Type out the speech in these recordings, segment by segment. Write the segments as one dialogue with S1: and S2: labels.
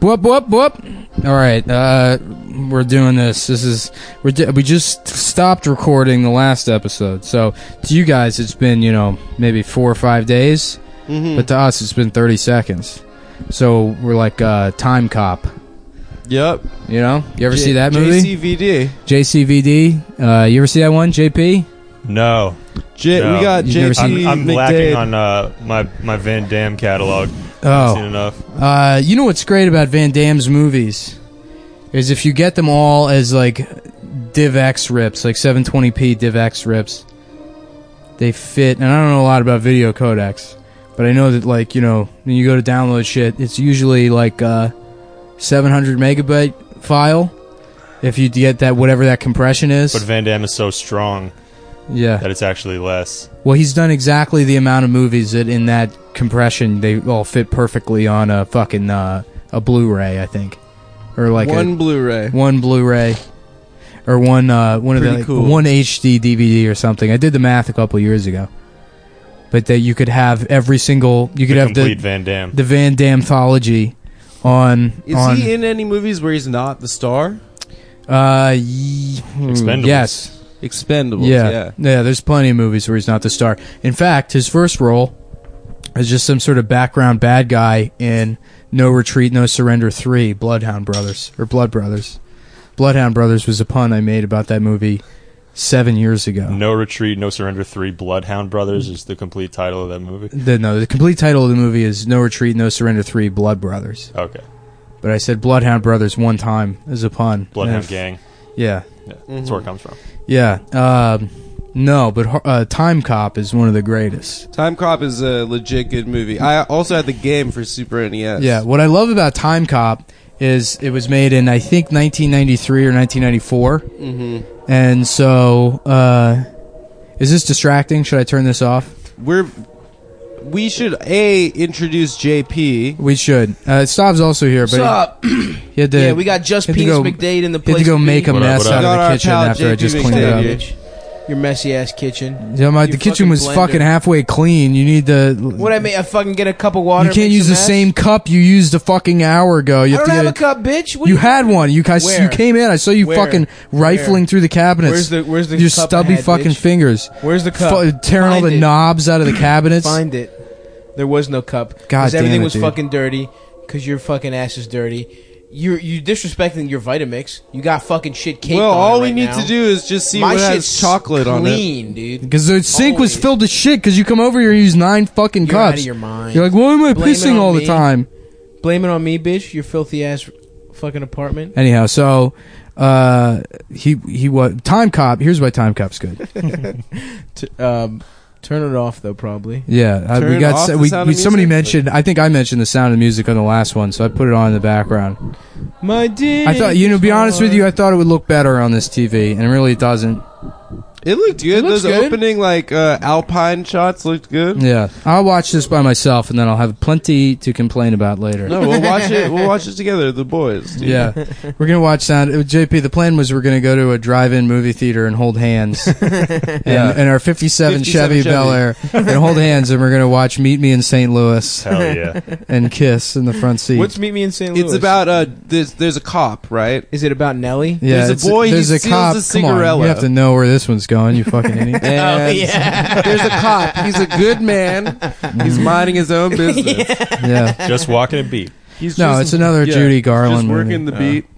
S1: Whoop whoop whoop! All right, uh, we're doing this. This is we're di- we just stopped recording the last episode. So to you guys, it's been you know maybe four or five days,
S2: Hmm. Mm-hmm.
S1: but to us, it's been thirty seconds. So we're like uh, time cop.
S2: Yep.
S1: You know, you ever
S2: J-
S1: see that movie?
S2: JCVD.
S1: JCVD. Uh, you ever see that one? JP.
S3: No,
S2: J-
S3: No.
S2: We got
S1: You've never
S2: JP
S1: seen-
S3: I'm, I'm
S2: McDade.
S3: lacking on uh, my my Van Damme catalog. I've seen
S1: Oh,
S3: enough.
S1: uh, you know what's great about Van Damme's movies is if you get them all as like DivX rips, like 720p DivX rips, they fit. And I don't know a lot about video codecs, but I know that like you know when you go to download shit, it's usually like uh, 700 megabyte file. If you get that, whatever that compression is,
S3: But Van Damme is so strong
S1: yeah.
S3: that it's actually less.
S1: Well, he's done exactly the amount of movies that in that compression they all fit perfectly on a fucking uh, a Blu-ray, I think, or like
S2: one
S1: one
S2: Blu-ray.
S1: one Blu-ray, or one uh, one of the
S2: Pretty
S1: like,
S2: cool.
S1: one HD DVD or something. I did the math a couple years ago, but that you could have every single you could
S3: the
S1: have
S3: complete
S1: the
S3: Van Damme.
S1: the Van Damme anthology on
S2: Is
S1: on
S2: he in any movies where he's not the star?
S1: uh ye-
S3: Expendables.
S1: yes
S2: Expendables.
S1: Yeah.
S2: Yeah.
S1: yeah. there's plenty of movies where he's not the star. In fact, his first role is just some sort of background bad guy in No Retreat, No Surrender 3, Bloodhound Brothers, or Blood Brothers. Bloodhound Brothers was a pun I made about that movie seven years ago.
S3: No retreat, no surrender. Three Bloodhound Brothers is the complete title of that movie.
S1: The, no, the complete title of the movie is No Retreat, No Surrender 3, Blood Brothers.
S3: Okay,
S1: But I said Bloodhound Brothers one time as a pun.
S3: Bloodhound
S1: And-
S3: Gang.
S1: Yeah.
S3: Yeah, That's where it comes from.
S1: Yeah. Um, no, but uh, Time Cop is one of the greatest.
S2: Time Cop is a legit good movie. I also had the game for Super E NES.
S1: Yeah, what I love about Time Cop is it was made in I think 1993 or 1994, mm-hmm. and so uh, is this distracting? Should I turn this off?
S2: We're we should a introduce JP.
S1: We should. Uh, Stav's also here, but
S4: Sup?
S1: he, he had to.
S4: yeah, we got just
S1: he had to
S4: Penis
S1: go-
S4: McDade in the
S1: he
S4: place.
S1: had to go
S4: be.
S1: make a
S3: What up,
S1: mess
S3: what up?
S1: out
S2: Got
S1: of
S2: our
S1: the kitchen
S2: pal
S1: after I
S2: JP
S1: just
S2: McDade
S1: cleaned it
S4: Fuck
S1: up.
S2: here.
S4: it, bitch. Your messy ass kitchen.
S1: Yeah, my,
S4: You
S1: the kitchen
S4: fucking
S1: was
S4: blender.
S1: fucking halfway clean. You need to.
S4: What I mean, I fucking get a cup of water.
S1: you can't
S4: make
S1: use
S4: some
S1: the
S4: ass?
S1: same cup you used a fucking hour ago. You
S4: I
S1: have
S4: don't
S1: to
S4: have
S1: get
S4: a cup, bitch. What
S1: You
S4: do
S1: had one. You guys,
S4: Where?
S1: you came in. I saw you
S4: Where?
S1: fucking rifling
S4: Where?
S1: through the cabinets.
S4: Where's the- where's the
S1: your
S4: cup I
S1: stubby
S4: had,
S1: fucking
S4: bitch?
S1: fingers?
S4: Where's the cup?
S1: Fu- tearing all
S4: Find
S1: the
S4: it.
S1: knobs out of the cabinets.
S4: Find it. There was no cup.
S1: God damn
S4: everything
S1: it,
S4: was
S1: dude.
S4: fucking dirty. Cause your fucking ass is dirty. You you disrespecting your Vitamix. You got fucking shit caked
S2: Well,
S4: on it
S2: all we
S4: right
S2: need
S4: now.
S2: to do is just see
S4: My
S2: what has
S4: shit's
S2: chocolate
S4: clean,
S2: on it.
S4: dude.
S1: Because the sink was
S4: Always.
S1: filled with shit. Because you come over here, and use nine fucking
S4: You're
S1: cups.
S4: outta your mind.
S1: You're like, why am I
S4: Blame it
S1: pissing
S4: on
S1: all the
S4: me.
S1: time?
S4: Blame it on me, bitch. Your filthy ass fucking apartment.
S1: Anyhow, so uh, he he was time cop. Here's why time cop's good.
S4: T- um, turn it off though, probably.
S1: Yeah, I, we
S2: Turn
S1: got
S2: off
S1: se-
S2: the
S1: we,
S2: sound
S1: we
S2: of
S1: somebody
S2: music?
S1: mentioned. I think I mentioned the sound of music on the last one, so I put it on in the background.
S4: My dick.
S1: I thought, you know,
S4: is
S1: be honest with
S4: hard.
S1: you, I thought it would look better on this TV, and it really doesn't.
S2: It looked good.
S4: looks
S2: Those
S4: good.
S2: opening like uh, alpine shots looked good.
S1: Yeah, I'll watch this by myself, and then I'll have plenty to complain about later.
S2: No, we'll watch it. We'll watch it together, the boys. dude.
S1: Yeah, we're gonna watch sound. uh, JP, the plan was we're gonna go to a drive-in movie theater and hold hands, and, and our '57 Chevy,
S2: 57 Chevy.
S1: Bel Air, and hold hands, and we're gonna watch Meet Me in St. Louis
S3: Hell yeah.
S1: and kiss in the front seat.
S4: What's Meet Me in St. Louis?
S2: It's about uh, there's there's a cop, right?
S4: Is it about Nelly?
S1: yeah,
S2: there's a
S1: it's-
S2: boy who
S1: There's a
S2: steals
S1: cop. Come on,
S2: a
S1: you
S2: cigarette.
S1: have to know where this one's going. You fucking idiot.
S2: And
S4: yeah.
S2: there's a cop. He's a good man. He's minding his own business.
S1: yeah.
S3: Just walking a beat.
S2: He's
S1: No,
S2: just-
S1: it's another Judy Garland
S2: Just working
S1: movie.
S2: the beat.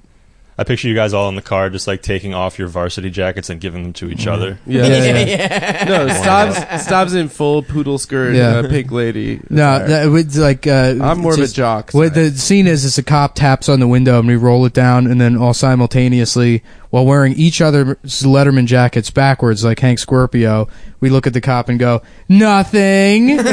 S3: I picture you guys all in the car, just like taking off your varsity jackets and giving them to
S1: Mm-hmm.
S3: each other.
S2: Yeah.
S1: Yeah, yeah.
S2: No, Stav's, Stav's in full poodle skirt,
S1: Yeah.
S2: uh, pink lady.
S1: No,
S2: attire.
S1: that would like. Uh,
S2: I'm more of a
S1: just-
S2: jock.
S1: What
S2: sorry.
S1: the scene is is a cop taps on the window and we roll it down, and then all simultaneously, while wearing each other's Letterman jackets backwards like Hank Scorpio, we look at the cop and go, "Nothing," and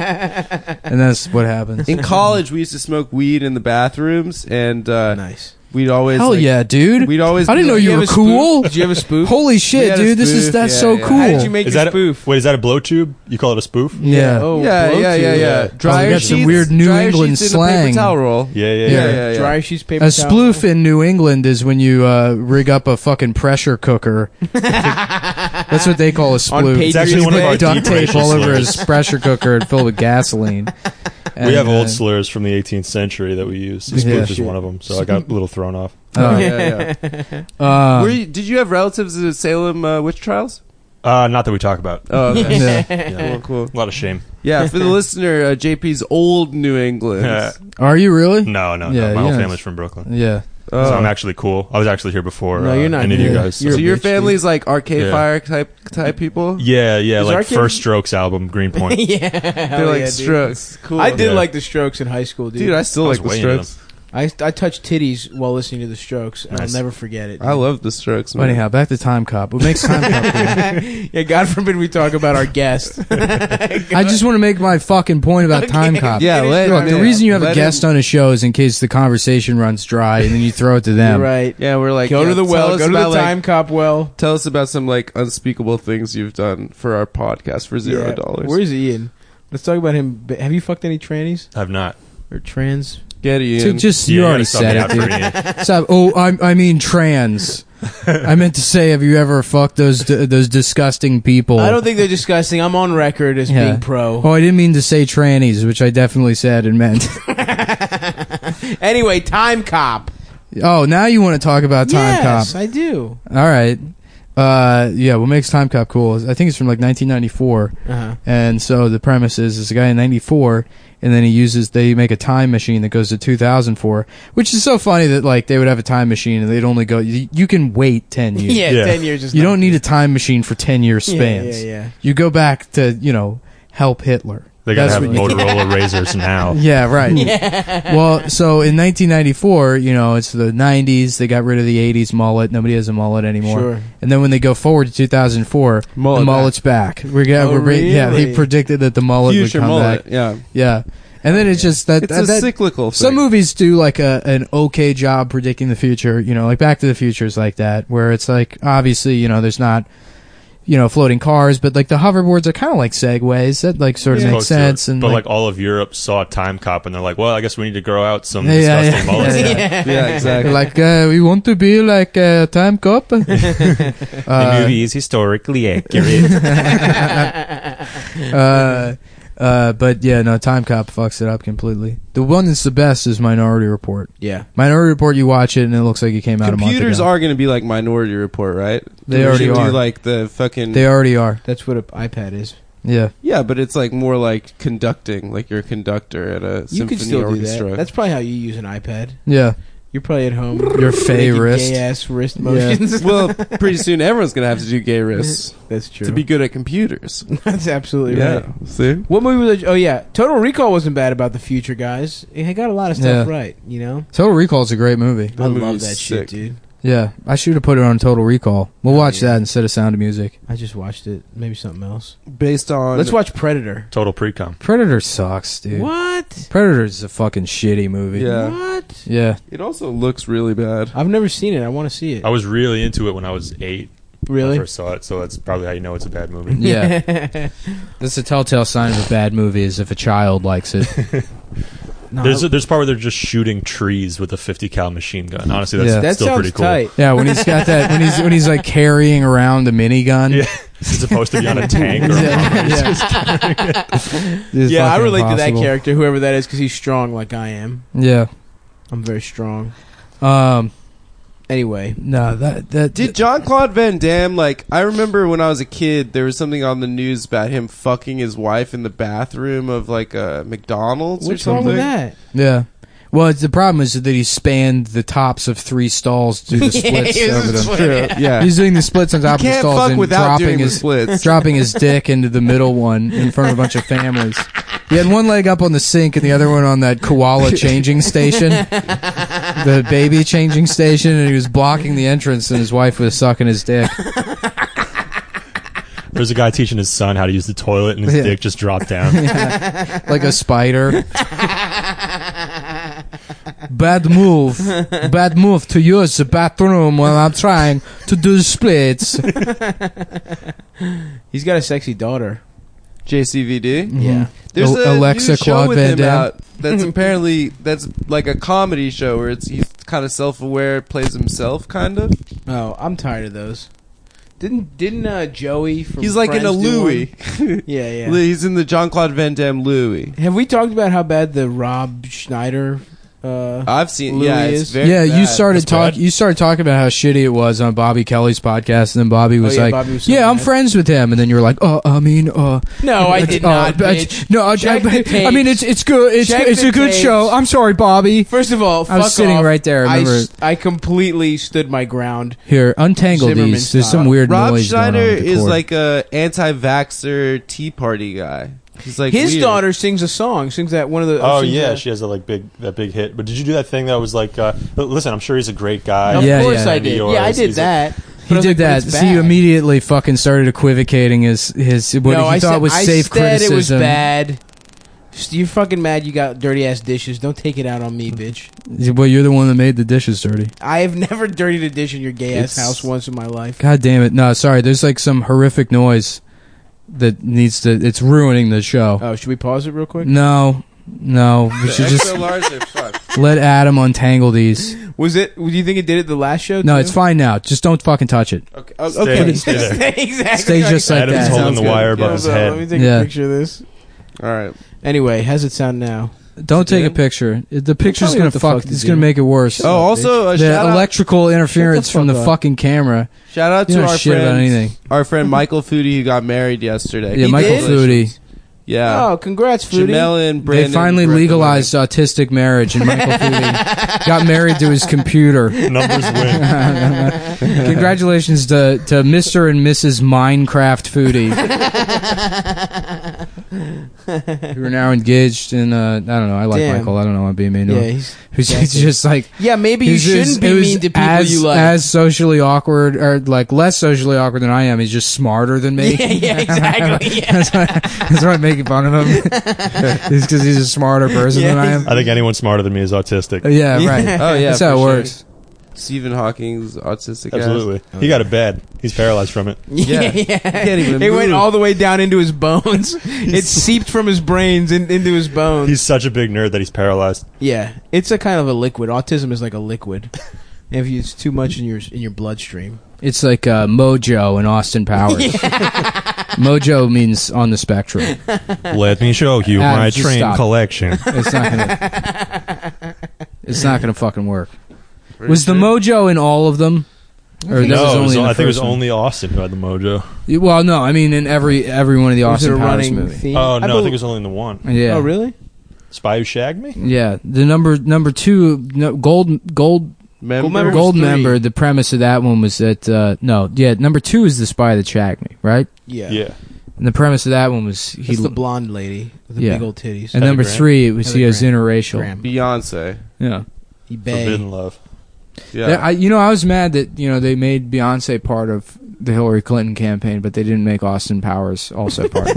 S1: that's what happens.
S2: in college, we used to smoke weed in the bathrooms, and uh,
S4: Nice.
S2: we'd always
S1: Hell
S2: like,
S1: yeah, dude!
S2: We'd always
S1: I didn't
S2: be
S1: know
S2: like,
S1: you,
S2: "You
S1: were
S2: have a
S1: cool.
S4: Did you have a spook?
S1: Holy shit,
S2: had a
S1: dude! This is
S2: spoof,
S1: that's
S2: yeah,
S1: so
S2: yeah.
S1: cool.
S4: How did you make
S3: Is
S4: your
S3: that
S4: spoof?
S3: A, wait? Is that a blow tube? You call it a spoof?
S1: yeah.
S4: Oh,
S2: Yeah,
S4: blow
S2: yeah,
S4: to
S2: yeah,
S4: you.
S2: yeah. Dryer
S1: got some
S2: sheets-
S1: weird New
S2: dryer
S1: England
S2: sheets in a paper
S1: slang.
S2: towel roll.
S3: Yeah, yeah,
S2: Yeah,
S3: yeah.
S2: yeah, yeah.
S4: Dry sheets,
S1: A
S4: paper towel.
S1: sploof in New England is when you uh, rig up a fucking pressure cooker. That's what they call a sploof.
S3: It's
S4: Patriots
S3: actually one of
S4: Day.
S3: our
S1: duct
S3: deep
S1: tape
S3: racial
S1: all over
S3: slurs.
S1: his pressure cooker and filled with gasoline.
S3: we have
S1: And, uh,
S3: old slurs from the 18th century that we use. Spoof
S1: Yeah.
S3: is one of them, so I got a little thrown off.
S1: Oh,
S2: yeah,
S1: uh,
S2: Were you, did you have relatives in Salem uh, witch trials?
S3: Uh, not that we talk about.
S2: Oh, okay.
S1: yeah.
S3: Yeah.
S2: cool, cool.
S3: A lot of shame.
S2: Yeah, for the listener, uh, JP's old New England.
S3: Yeah.
S1: Are you really?
S3: No, no,
S1: Yeah,
S3: no. My whole
S1: yeah.
S3: family's from Brooklyn,
S1: Yeah.
S2: Oh.
S3: so I'm actually cool. I was actually here before.
S4: No,
S3: uh,
S4: you're not
S3: Any of you
S1: cool.
S3: guys?
S4: You're
S2: so
S4: a
S2: your
S4: bitch,
S2: family's like Arcade
S3: Yeah.
S2: Fire type type people.
S3: yeah, yeah.
S4: Is
S3: Like
S4: our kid-
S3: first Strokes album, Greenpoint.
S4: yeah,
S2: They're like Strokes. Cool.
S4: I did
S3: Yeah.
S4: like the Strokes in high school, dude.
S2: dude. I still
S3: I was
S2: like the
S3: way into
S2: Strokes.
S4: I, I touched titties while listening to the Strokes, and
S3: Nice.
S4: I'll never forget it.
S2: I love the Strokes.
S1: Well,
S2: Man.
S1: anyhow, back to Time Cop. What makes Time Cop cool?
S4: yeah, God forbid we talk about our guest.
S1: I just want to make my fucking point about Time Cop.
S2: yeah, let,
S1: Look, the
S2: yeah,
S1: reason you have a
S2: let
S1: guest
S2: him-
S1: on a show is in case the conversation runs dry and then you throw it to them.
S4: You're right.
S2: Yeah, we're like
S4: go
S2: yeah,
S4: to the
S2: tell
S4: well.
S2: us
S4: Go to the
S2: about, like,
S4: time cop well.
S2: Tell us about some like unspeakable things you've done for our podcast for zero
S4: Yeah.
S2: dollars.
S4: Where's Ian? Let's talk about him. Ba- Have you fucked any trannies
S3: I've not.
S4: or trans?
S2: Get Ian.
S1: Dude, just you
S3: Yeah,
S1: already
S3: gotta stop
S1: said
S3: me
S1: it,
S3: out
S1: dude.
S3: for any-
S1: Stop. Oh, I, I mean trans. I meant to say, have you ever fucked those d- those disgusting people?
S4: I don't think they're disgusting. I'm on record as
S1: Yeah.
S4: being pro.
S1: Oh, I didn't mean to say trannies, which I definitely said and meant.
S4: Anyway, time cop.
S1: oh, now you want to talk about Time
S4: yes,
S1: Cop?
S4: I do.
S1: All right. Uh, yeah. What makes Time Cop cool? Is, I think it's from like 1994,
S4: Uh-huh.
S1: and so the premise is it's a guy in '94, and then he uses they make a time machine that goes to 2004, which is so funny that like they would have a time machine and they'd only go. You, you can wait 10 years.
S4: Yeah,
S3: Yeah.
S4: ten years. Is
S1: You
S4: not-
S1: don't need a time machine for 10 year spans.
S4: Yeah, yeah, yeah.
S1: You go back to, you know, help Hitler.
S3: They gotta have
S1: what you-
S3: Motorola razors now.
S1: Yeah, right. Well, so in 1994, you know, it's the 90s. They got rid of the 80s mullet. Nobody has a mullet anymore.
S4: Sure.
S1: And then when they go forward to 2004,
S2: Mullet
S1: the mullet's back. We're gonna,
S4: Oh,
S1: we're bring- Yeah,
S4: really?
S1: he predicted that the mullet
S2: Future
S1: would come
S2: mullet.
S1: back.
S2: Yeah,
S1: Yeah. And then it's just that,
S2: it's
S1: that-
S2: a
S1: that-
S2: cyclical.
S1: some
S2: thing.
S1: movies do like a an okay job predicting the future. You know, like Back to the Future is like that, where it's like obviously you know there's not you know floating cars, but like the hoverboards are kind of like segways that like sort of
S3: Supposed
S1: makes
S3: to.
S1: sense. And
S3: but
S1: like,
S3: like, all of Europe saw Time Cop, and they're like, "Well, I guess we need to grow out some
S1: Yeah, yeah, yeah.
S3: disgusting mullets."
S1: Yeah.
S2: Yeah,
S1: they're
S2: exactly.
S1: like uh, we want to be like uh, Time Cop.
S3: the
S1: Uh,
S3: movie is historically accurate.
S1: uh, uh, but yeah, no, Time Cop fucks it up completely. The one that's the best is Minority Report.
S4: Yeah.
S1: Minority Report, you watch it and it looks like it came out
S2: Computers
S1: a month ago.
S2: are going to be like Minority Report, right?
S1: They
S2: We
S1: already
S2: should do,
S1: are.
S2: like the fucking.
S1: They already are.
S4: That's what an iPad is.
S1: Yeah.
S2: Yeah, but it's like more like conducting, like you're a conductor at a
S4: You
S2: symphony
S4: could still do
S2: orchestra.
S4: that. That's probably how you use an iPad.
S1: Yeah.
S4: You're probably at home.
S1: Your fey wrist.
S4: Gay ass wrist
S1: Yeah.
S4: motions.
S2: well, pretty soon everyone's going to have to do gay wrists
S4: That's true.
S2: to be good at computers.
S4: That's absolutely
S2: yeah,
S4: right.
S2: see,
S4: What movie was? It? Oh yeah, Total Recall wasn't bad about the future, guys. It got a lot of stuff
S1: Yeah.
S4: right. You know,
S1: Total Recall's a great movie.
S2: That
S4: I
S2: movie
S4: love
S2: is
S4: that
S2: sick.
S4: shit, dude.
S1: Yeah, I should have put it on Total Recall. We'll
S4: Oh,
S1: watch
S4: yeah.
S1: that instead of Sound of Music.
S4: I just watched it. Maybe something else.
S2: based on
S4: Let's watch Predator.
S3: Total precom.
S1: Predator sucks, dude.
S4: What?
S1: Predator is a fucking shitty movie.
S2: Yeah.
S4: What?
S1: Yeah.
S2: It also looks really bad.
S4: I've never seen it. I want to see it.
S3: I was really into it when I was eight. when I
S4: really?
S3: Oh, first saw it, so that's probably how you know it's a bad movie.
S1: Yeah. That's a telltale sign of a bad movie is if a child likes it.
S4: No,
S3: There's
S4: I-
S3: a, there's a part where they're just shooting trees with a 50 cal machine gun. Honestly, that's
S1: Yeah.
S4: that
S3: still
S4: sounds
S3: pretty cool.
S4: tight.
S1: yeah, when he's got that when he's when he's like carrying around a minigun.
S3: Yeah, it's supposed to be on a tank. Or
S1: Yeah, yeah. It's
S4: Yeah, I
S1: fucking
S4: relate to that
S1: impossible.
S4: character, whoever that is, because he's strong like I am.
S1: Yeah.
S4: I'm very strong.
S1: Um
S4: Anyway,
S1: no, that that
S2: Did John Claude Van Damme like? I remember when I was a kid, there was something on the news about him fucking his wife in the bathroom of like a McDonald's or
S4: what's
S2: something.
S4: wrong with that?
S1: Yeah. Well, it's, the problem is that he spanned the tops of three stalls to the splits
S4: he was
S1: over
S4: a
S1: them.
S4: sweater.
S2: Yeah,
S1: He's doing the splits on top of the
S2: you can't
S1: stalls
S2: fuck
S1: and
S2: without
S1: dropping
S2: doing the
S1: his
S2: splits.
S1: dropping his dick into the middle one in front of a bunch of families. He had one leg up on the sink and the other one on that koala changing station, the baby changing station, and he was blocking the entrance, and his wife was sucking his dick.
S3: There's a guy teaching his son how to use the toilet, and his
S1: Yeah.
S3: dick just dropped down.
S1: like a spider. bad move. Bad move to use the bathroom when I'm trying to do splits.
S4: He's got a sexy daughter.
S2: JCVD.
S4: Yeah.
S2: There's
S1: Al-
S2: a
S1: Alexa
S2: new show
S1: Claude
S2: with
S1: Van
S2: him
S1: Damme.
S2: out that's apparently that's like a comedy show
S4: Mm-hmm.
S2: where it's he's kind of self-aware, plays himself, kind of.
S4: Oh, I'm tired of those. Didn't didn't uh, Joey from
S2: He's like in
S4: Friends
S2: a
S4: do one?
S2: Louis.
S4: Yeah, yeah.
S2: He's in the John Claude Van Damme Louis.
S4: Have we talked about how bad the Rob Schneider? Uh,
S2: I've seen.
S4: Louis
S2: yeah, it's
S4: is-
S2: very
S1: yeah, you
S2: bad.
S1: started
S5: That's bad.
S1: talking. You started talking about how shitty it was on Bobby Kelly's podcast, and then Bobby was
S4: Oh, yeah,
S1: like,
S4: Bobby was so
S1: "Yeah, I'm
S4: mad.
S1: friends with him," and then you were like, "Oh, I mean, uh,
S4: no, I did
S1: uh,
S4: not.
S1: but-
S4: bitch.
S1: No, I,
S4: Check the
S1: I, I
S4: tapes.
S1: mean, it's it's good. It's
S4: Check
S1: it's
S4: the
S1: a good
S4: tapes.
S1: show. I'm sorry, Bobby.
S4: First of all,
S1: I was
S4: fuck
S1: sitting
S4: off.
S1: right there, I
S4: I,
S1: remember.
S4: s- I completely stood my ground.
S1: Here, untangle
S4: Zimmerman
S1: these. There's
S4: style.
S1: some weird
S2: Rob
S1: noise.
S2: Schneider
S1: going on with the
S2: is
S1: cord.
S2: like a anti-vaxxer Tea Party guy. He's like
S4: His
S2: weird.
S4: daughter sings a song. Sings that one of the.
S3: Oh
S4: sings
S3: yeah,
S4: that-
S3: she has that like big that big hit. But did you do that thing that was like? Uh, l- listen, I'm sure he's a great guy.
S4: Of
S1: Yeah,
S4: course
S1: yeah.
S4: I did.
S3: Yours,
S4: Yeah, I did
S3: he's a-
S4: that.
S1: he did that. So you immediately fucking started equivocating his his what
S4: no,
S1: he
S4: I
S1: thought
S4: said,
S1: was
S4: I
S1: safe
S4: said
S1: criticism.
S4: it was bad. Just- You're fucking mad. You got dirty ass dishes. Don't take it out on me, bitch.
S1: Well, you're the one that made the dishes dirty.
S4: I have never dirtied a dish in your gay
S1: It's-
S4: ass house once in my life.
S1: God damn it! No, sorry. There's like some horrific noise that needs to. It's ruining the show.
S4: Oh, should we pause it real
S1: Mm.
S4: quick?
S1: No, no. We
S2: The
S1: should just
S2: XLRs are fucked.
S1: let Adam untangle these.
S4: Was it? Do you think it did it the last show?
S1: No,
S4: too?
S1: it's fine now. Just don't fucking touch it.
S2: Okay, oh,
S3: Stay-
S2: okay.
S3: stay there.
S4: exactly.
S1: Stay just like
S3: Adam's
S1: that.
S3: holding
S2: Sounds
S3: the
S2: good.
S3: wire
S2: Yeah.
S3: above his
S4: Hold on, Let me
S3: head.
S4: take
S1: Yeah.
S4: a picture of this.
S2: All right.
S4: Anyway, how's it sound now?
S1: Don't take a
S2: Good.
S1: picture. It- The picture's
S4: me
S1: gonna
S4: what the
S1: fuck.
S4: fuck to
S1: It's
S4: do.
S1: gonna make it worse.
S2: Oh, also a
S1: the
S2: shout out,
S1: electrical interference from
S4: fuck
S1: the
S4: up.
S1: fucking camera.
S2: shout out
S1: You
S2: to
S1: don't
S2: our
S1: shit about
S2: friend,
S1: anything.
S2: our friend Michael Foodie who got married yesterday.
S1: Yeah,
S2: He
S1: Michael
S2: did?
S1: Foodie.
S2: Yeah,
S3: Uh,
S4: Oh, congrats, foodie.
S2: Jamel and Brandon.
S1: they finally
S2: recommended-
S1: legalized autistic marriage, and Michael Foodie got married to his computer.
S3: Numbers win.
S1: Congratulations to, to Mr. and Mrs. Minecraft Foodie. we are now engaged in, uh, I don't know, I like
S4: Damn.
S1: Michael. I don't know why I'm being mean to
S4: Yeah,
S1: him.
S4: he's
S1: Who's
S4: exactly.
S1: just like.
S4: yeah. Maybe you
S1: he's just-
S4: shouldn't be
S1: it was
S4: mean to people
S1: as,
S4: you like.
S1: As socially awkward, or like less socially awkward than I am. He's just smarter than me.
S4: yeah, yeah, exactly. Yeah.
S1: that's, why, that's why I'm making fun of him. it's because he's a smarter person
S4: Yeah,
S1: than I am.
S3: I think anyone smarter than me is autistic.
S1: Yeah,
S4: Yeah.
S1: right.
S2: Oh yeah,
S1: That's how it
S2: for sure.
S1: works.
S2: Stephen Hawking's autistic. ass.
S3: Absolutely. He got a bad. He's paralyzed from it.
S4: Yeah, yeah.
S2: can't even
S4: it went
S2: move.
S4: all the way down into his bones. it seeped from his brains in, into his bones.
S3: He's such a big nerd that he's paralyzed.
S4: yeah, it's a kind of a liquid. Autism is like a liquid. if you, it's too much in your in your bloodstream.
S1: It's like uh, Mojo and Austin Powers. Mojo means on the spectrum.
S3: Let me show you
S1: Adam, my Ah, just train stop.
S3: collection.
S1: It's not gonna. it's not gonna fucking work.
S2: Pretty
S1: was the
S2: sure.
S1: mojo in all of them? Or
S3: no, it was
S1: in
S3: on-
S1: the
S3: I think it was
S1: first one?
S3: only Austin who had the mojo.
S1: Well, no, I mean in every every one of the
S4: Was it
S1: Austin
S4: a
S1: Powers
S4: running
S1: movie.
S4: theme?
S3: Oh no, I,
S4: believe-
S3: think it was only in the one.
S1: Yeah.
S4: Oh really?
S3: Spy who shagged me.
S1: Yeah. The number number two no, gold gold
S2: Member?
S4: Goldmember- Number
S1: gold
S4: three.
S1: member. The premise of that one was that uh, no, yeah, number two is the spy that shagged me, right?
S4: Yeah.
S3: Yeah.
S1: And the premise of that one was he.
S4: It's the blonde lady with the
S1: Yeah.
S4: big old
S1: and
S4: titties.
S3: Heather
S1: number
S3: Graham.
S1: three, it was he
S4: Heather
S1: was
S4: Graham.
S1: interracial.
S4: Graham.
S2: Beyonce.
S1: Yeah.
S4: He
S3: Forbidden
S4: banged.
S3: love.
S2: Yeah.
S1: That- I, you know, I was mad that you know they made Beyonce part of the Hillary Clinton campaign, but they didn't make Austin Powers also part.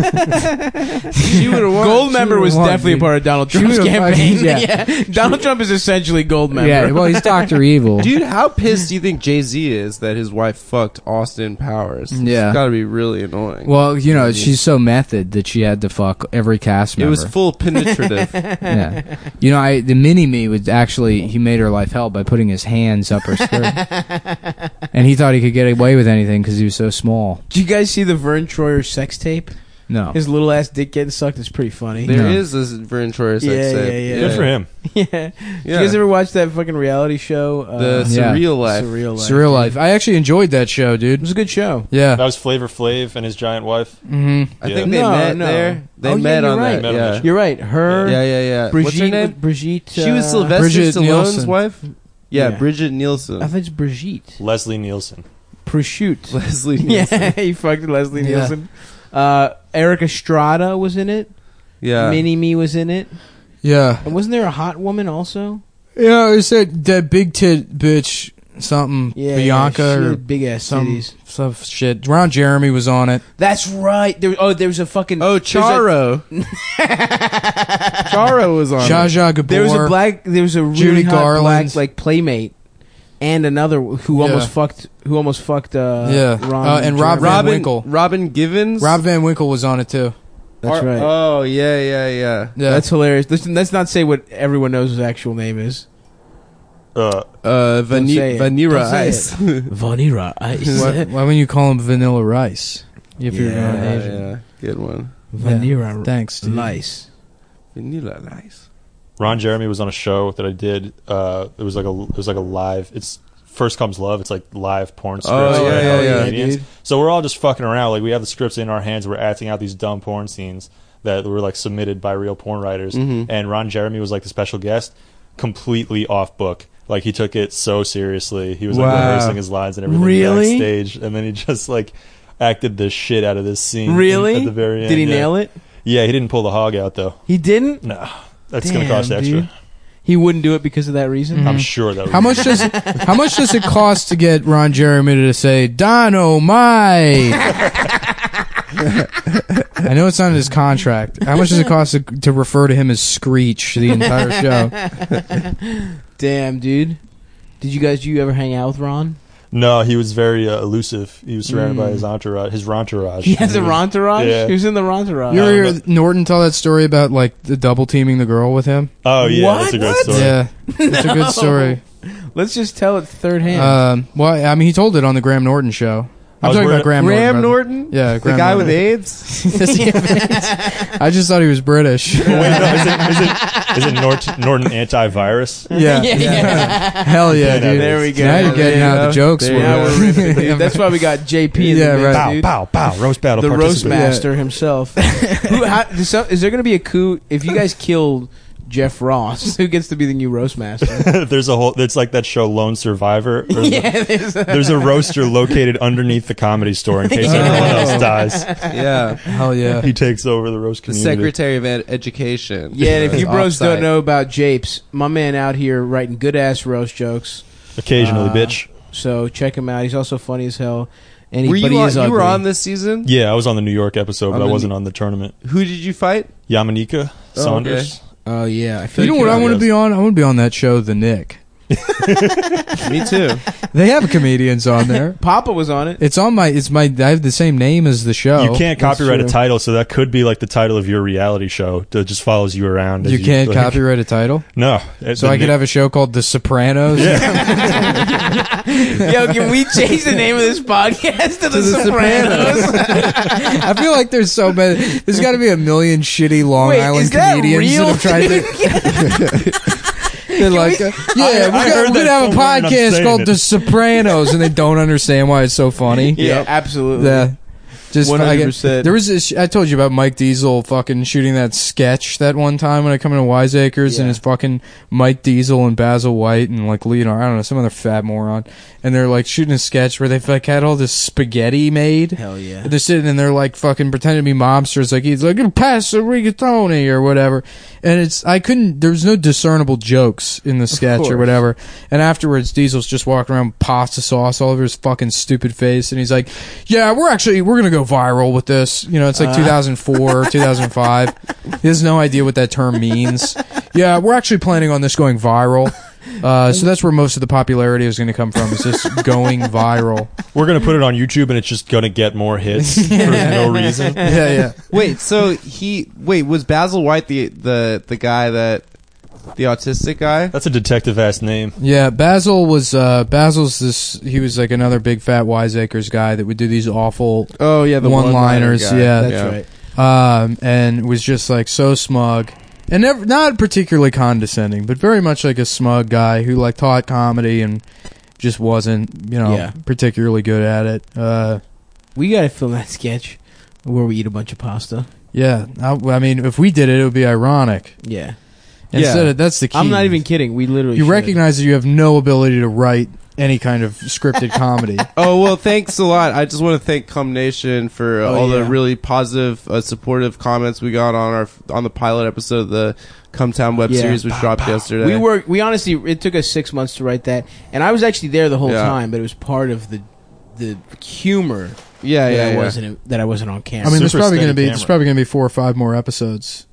S4: She would have won. Gold
S1: She
S4: member
S1: would've
S4: was
S1: won,
S4: definitely
S1: dude.
S4: part of Donald
S1: She
S4: Trump's
S1: would've
S4: campaign.
S1: fucking-
S4: yeah. Donald Trump is essentially gold member.
S1: yeah, well, he's Doctor Evil.
S2: Dude, how pissed do you think Jay Z is that his wife fucked Austin Powers?
S1: Yeah.
S2: it's gotta be really annoying.
S1: Well, you know, she's so method that she had to fuck every cast
S2: it
S1: member.
S2: was full penetrative.
S1: yeah. You know, I the mini me was actually he made her life hell by putting his hands up her skirt, and he thought he could get away with anything because he was so small.
S4: Did you guys see the Vern Troyer sex tape?
S1: No,
S4: His little ass dick getting sucked is pretty funny.
S2: There
S1: No.
S2: is this Vern Troyer sex
S4: Yeah, yeah,
S2: tape.
S4: yeah.
S3: Good for him.
S4: yeah. You
S2: Yeah.
S4: guys ever watch that fucking reality show? Uh,
S2: the
S1: Yeah.
S2: surreal life.
S4: Surreal Life.
S1: surreal life. I actually enjoyed that show,
S4: It
S1: dude.
S4: was a good show.
S3: That
S1: Yeah.
S3: was Flavor Flav and his giant wife.
S1: hmm
S2: I
S3: Yeah.
S2: think they
S4: No,
S2: met
S4: no.
S2: there. They
S4: Oh, yeah,
S2: met
S4: you're
S2: on
S4: right.
S3: Met
S2: that.
S3: on
S2: Yeah.
S3: that
S4: You're right. Her,
S2: yeah, yeah, yeah.
S4: Brigitte,
S2: What's her name?
S4: Brigitte.
S2: She was
S4: uh,
S2: Sylvester
S1: Bridget
S2: Stallone's
S1: Nielsen.
S2: wife. Yeah,
S4: Yeah.
S2: Bridget
S4: I
S2: Nielsen.
S4: think it's Brigitte.
S3: Leslie Nielsen.
S4: Prosciutto.
S2: Leslie Nielsen.
S4: Yeah, he fucked Leslie
S1: Yeah.
S4: Nielsen. Uh, Eric Estrada was in it.
S2: Yeah,
S4: Mini Me was in it.
S1: Yeah.
S4: And wasn't there a hot woman also?
S1: Yeah, it's that that big tit bitch something
S4: Yeah,
S1: Bianca
S4: yeah, she
S1: or
S4: had big ass
S1: some
S4: titties.
S1: some shit. Ron Jeremy was on it.
S4: That's right. There, oh, there was a fucking
S2: Oh, Charo. Charo was on.
S1: Zsa
S2: it.
S1: Zsa Gabor.
S4: There was a black. There was a really
S1: Judy
S4: hot
S1: Garland.
S4: black like playmate, and another who
S1: Yeah.
S4: almost fucked. Who almost fucked? Uh,
S1: Yeah.
S4: Ron
S1: Uh, and Rob Van
S4: Jeremy.
S2: Robin
S1: Winkle.
S2: Robin Givens.
S1: Rob Van Winkle was on it too.
S4: That's
S2: Ar-
S4: right.
S2: Oh yeah, yeah, yeah.
S1: Yeah.
S4: That's hilarious. Let's, let's not say what everyone knows his actual name is.
S3: Uh,
S2: Uh,
S4: say
S2: vani-
S4: it.
S2: vanilla
S4: Don't say
S2: ice.
S4: Vanilla ice.
S1: why, why wouldn't you call them vanilla rice? If you're
S4: Yeah,
S1: going Asian.
S2: yeah, good one.
S4: Vanilla
S1: Thanks, dude.
S4: lice.
S2: Vanilla ice.
S3: Ron Jeremy was on a show that I did. Uh, it was like a it was like a live. It's first comes love. It's like live porn scripts.
S2: Oh,
S3: for
S2: yeah,
S3: all the
S2: yeah, yeah.
S3: comedians.
S4: Dude.
S3: So we're all just fucking around. Like we have the scripts in our hands. We're acting out these dumb porn scenes that were like submitted by real porn writers.
S4: Mm-hmm.
S3: And Ron Jeremy was like the special guest, completely off book. Like he took it so seriously. He was like
S2: Wow.
S3: rehearsing his lines and everything
S4: Really?
S3: backstage, and then he just like acted the shit out of this scene.
S4: Really?
S3: At the very end.
S4: Did he
S3: yeah.
S4: nail it?
S3: Yeah, he didn't pull the hog out though.
S4: He didn't.
S3: No, that's gonna
S4: Damn,
S3: cost extra.
S4: dude. Mm-hmm. He wouldn't do it because of that reason.
S3: I'm sure that. would
S1: How
S3: be-
S1: much does how much does it cost to get Ron Jeremy to say Dono my? I know it's not in his contract. How much does it cost to, to refer to him as Screech the entire show?
S4: Damn, dude. Did you guys? Do you ever hang out with Ron?
S3: No, he was very uh, elusive. He was surrounded by his entourage. His entourage.
S4: He has a Rontourage.
S3: Yeah.
S4: He was in the Rontourage.
S1: You ever
S3: No,
S1: hear Norton tell that story about like the double teaming the girl with him?
S3: Oh yeah,
S4: What?
S3: that's a great
S4: What?
S3: story.
S1: Yeah, it's a good story.
S4: Let's just tell it third hand.
S1: Um, well, I mean, he told it on the Graham Norton show.
S3: I
S1: I'm
S3: was
S1: talking
S3: worried-
S1: about Graham,
S2: Graham
S1: Norton. rather.
S2: Norton?
S1: Yeah,
S2: The
S1: Graham
S2: guy with
S1: Norton.
S2: AIDS?
S1: Does he have AIDS? I just thought he was British.
S3: Wait, no, is it, is it, is it Nort- Norton antivirus?
S1: Yeah.
S4: Yeah, yeah.
S1: Hell yeah,
S3: Yeah,
S1: dude.
S4: there we go.
S1: Now you're
S4: There
S1: getting
S2: you
S1: out the
S2: go.
S1: jokes.
S2: There
S1: were-
S2: you
S4: Now
S2: go.
S4: we're ripping, dude. That's why we got JP in
S1: Yeah,
S4: the mix,
S1: right.
S3: Pow,
S4: dude.
S3: pow, pow! Roast battle.
S4: The roast
S3: participant.
S4: master himself. Who, how, does some, is there going to be a coup if you guys kill Jeff Ross? Who gets to be the new roast master?
S3: there's a whole. It's like that show Lone Survivor. There's, a,
S4: yeah, there's a-
S3: there's a roaster located underneath the comedy store in case
S1: Yeah.
S3: everyone
S1: Oh.
S3: else dies.
S2: Yeah.
S1: Hell yeah.
S3: He takes over the roast
S2: The
S3: community.
S2: Secretary of Ed- Education.
S4: yeah. And if you bros
S2: Offsite.
S4: don't know about Japes, my man out here writing good ass roast jokes.
S3: Occasionally,
S4: Uh,
S3: bitch.
S4: So check him out. He's also funny as hell. And he,
S2: Were
S4: but
S2: you
S4: he
S2: on,
S4: is
S2: you were
S4: ugly.
S2: on this season?
S3: Yeah, I was on the New York episode,
S2: On
S3: but I
S2: the-
S3: wasn't on the tournament.
S2: Who did you fight?
S3: Yamanika
S2: okay.
S3: Saunders.
S4: Oh yeah, I feel
S1: You know
S4: like
S1: what
S4: you're
S1: I
S4: on
S1: want to
S3: Yes.
S1: be on? I want to be on that show, The Nick.
S2: Me too.
S1: They have comedians on there.
S4: it. Papa was on it.
S1: It's on my. It's my. I have the same name as the show.
S3: you can't
S1: Oh, That's
S3: copyright a
S1: true.
S3: title, so that could be like the title of your reality show that just follows you around. as
S1: You can't
S3: like-
S1: copyright a title.
S3: No.
S1: So I could have a show called The Sopranos.
S4: Yo, can we change the name of this podcast to, The,
S1: The
S4: Sopranos?
S1: I feel like there's so many. There's got to be a million shitty Long
S4: Wait,
S1: Island
S4: is that
S1: comedians
S4: real,
S1: that have tried to. They're like, uh, yeah,
S3: I
S1: we're gonna,
S3: heard
S1: we're gonna
S3: that
S1: have a
S3: somewhere and I'm
S1: podcast
S3: saying
S1: called
S3: it.
S1: The Sopranos, and they don't understand why it's so funny.
S4: yeah,
S2: Yep.
S4: absolutely.
S1: Yeah. Just
S2: One hundred
S1: fucking-
S2: percent.
S1: There was this. I told you about Mike Diesel fucking shooting that sketch that one time when I come into Wiseacres
S4: Yeah.
S1: and it's fucking Mike Diesel and Basil White and like Leonard. I don't know some other fat moron, and they're like shooting a sketch where they like had all this spaghetti made.
S4: Hell yeah.
S1: They're sitting and they're like fucking pretending to be mobsters. Like he's like pass the rigatoni or whatever, and it's I couldn't. There was no discernible jokes in the sketch or
S4: course.
S1: whatever. And afterwards, Diesel's just walking around with pasta sauce all over his fucking stupid face, and he's like, "Yeah, we're actually we're gonna go viral with this." You know, it's like 2004, 2005. He has no idea what that term means. yeah, we're actually planning on this going viral. Uh, so that's where most of the popularity is going to come from. Is just going viral.
S3: We're gonna put it on YouTube, and it's just gonna get more hits for no reason.
S1: Yeah, yeah.
S2: Wait, so he wait was Basil White the the the guy that the autistic guy?
S3: That's a detective ass name.
S1: Yeah, Basil was uh, Basil's this. He was like another big fat Wiseacres guy that would do these awful,
S2: Oh yeah, the
S1: One-liners,
S2: one-liner guy.
S1: yeah.
S4: That's
S2: yeah.
S4: right.
S1: um, and was just like so smug and never not particularly condescending, but very much like a smug guy who like taught comedy and just wasn't you know
S4: Yeah.
S1: particularly good at it. Uh,
S4: We gotta film that sketch where we eat a bunch of pasta.
S1: yeah, I, I mean, if we did it, it would be ironic.
S4: Yeah,
S2: Yeah.
S1: Instead, of, that's the key.
S4: I'm not even kidding. We literally
S1: You
S4: should.
S1: recognize that you have no ability to write any kind of scripted comedy.
S2: Oh well, thanks a lot. I just want to thank Cum Nation for uh,
S4: Oh,
S2: all
S4: yeah.
S2: the really positive, uh, supportive comments we got on our on the pilot episode of the Cumtown web
S4: Yeah.
S2: series, which dropped yesterday.
S4: We were we honestly it took us six months to write that, and I was actually there the whole
S2: Yeah.
S4: time, but it was part of the the humor
S2: yeah,
S4: that
S2: yeah,
S4: I
S2: yeah.
S4: wasn't that I wasn't on
S1: I
S4: camera.
S1: mean, there's
S3: Super
S1: probably
S3: steady
S1: going to be
S3: camera.
S1: there's probably going to be four or five more episodes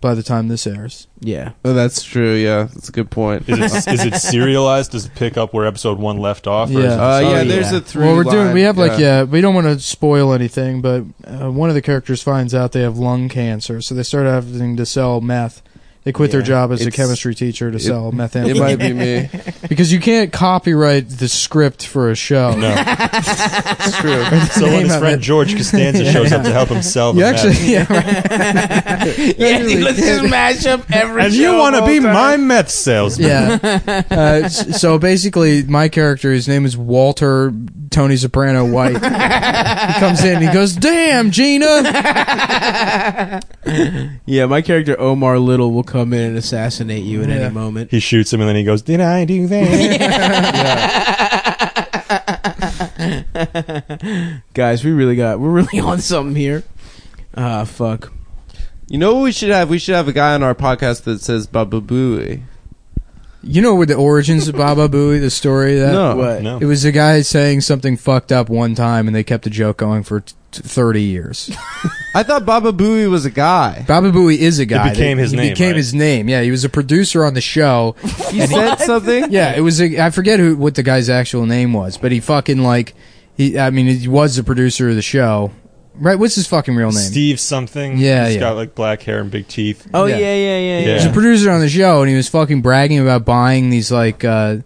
S1: by the time this airs.
S4: yeah,
S2: Oh, that's true. Yeah, that's a good point.
S3: Is it, is it serialized? Does it pick up where episode one left off? Or is it
S1: Yeah.
S2: Uh,
S4: Oh,
S2: yeah,
S4: yeah.
S2: there's a three.
S1: well, we're doing we have like yeah, we don't want to spoil anything, but uh, one of the characters finds out they have lung cancer, so they start having to sell meth They quit their
S4: Yeah,
S1: job as a
S2: it's-
S1: chemistry teacher to
S2: it-
S1: sell
S2: It
S1: methamphetamine
S2: might be me.
S1: because you can't copyright the script for a show.
S3: No.
S2: It's true.
S3: So when
S1: Name
S3: his
S1: of
S3: friend
S1: it.
S3: George Costanza shows up to help him sell the
S1: You
S3: meth.
S1: actually, yeah, right.
S4: yeah, he listens to mashup every.
S3: And you
S4: want to
S3: be my meth salesman.
S1: yeah. Uh, s- so basically, my character, his name is Walter Tony Soprano White. he comes in and he goes, "Damn, Gina!"
S4: Yeah, my character Omar Little will come in and assassinate you at
S1: Yeah.
S4: any moment.
S3: He shoots him and then he goes, Did I do that?
S4: Guys, we really got we're really on something here. Ah, fuck.
S2: You know what we should have? We should have a guy on our podcast that says Baba Booey.
S1: You know where the origins of Baba Booey, the story of that
S2: No.
S4: what?
S1: it
S3: no.
S1: was a guy saying something fucked up one time, and they kept the joke going for t- t- thirty years.
S2: I thought Baba Booey was a guy.
S1: Baba Booey is a guy.
S3: became
S1: They-
S3: his
S1: he
S3: name,
S1: Became
S3: right?
S1: his name. Yeah, he was a producer on the show.
S2: He said something.
S1: Yeah, it was. A, I forget who what the guy's actual name was, but he fucking like he. I mean, he was the producer of the show, right? What's his fucking real name?
S3: Steve something.
S1: Yeah,
S3: He's
S1: yeah.
S3: got like black hair and big teeth.
S4: Oh
S1: Yeah.
S4: yeah, yeah, yeah. yeah.
S1: He was a producer on the show, and he was fucking bragging about buying these like uh,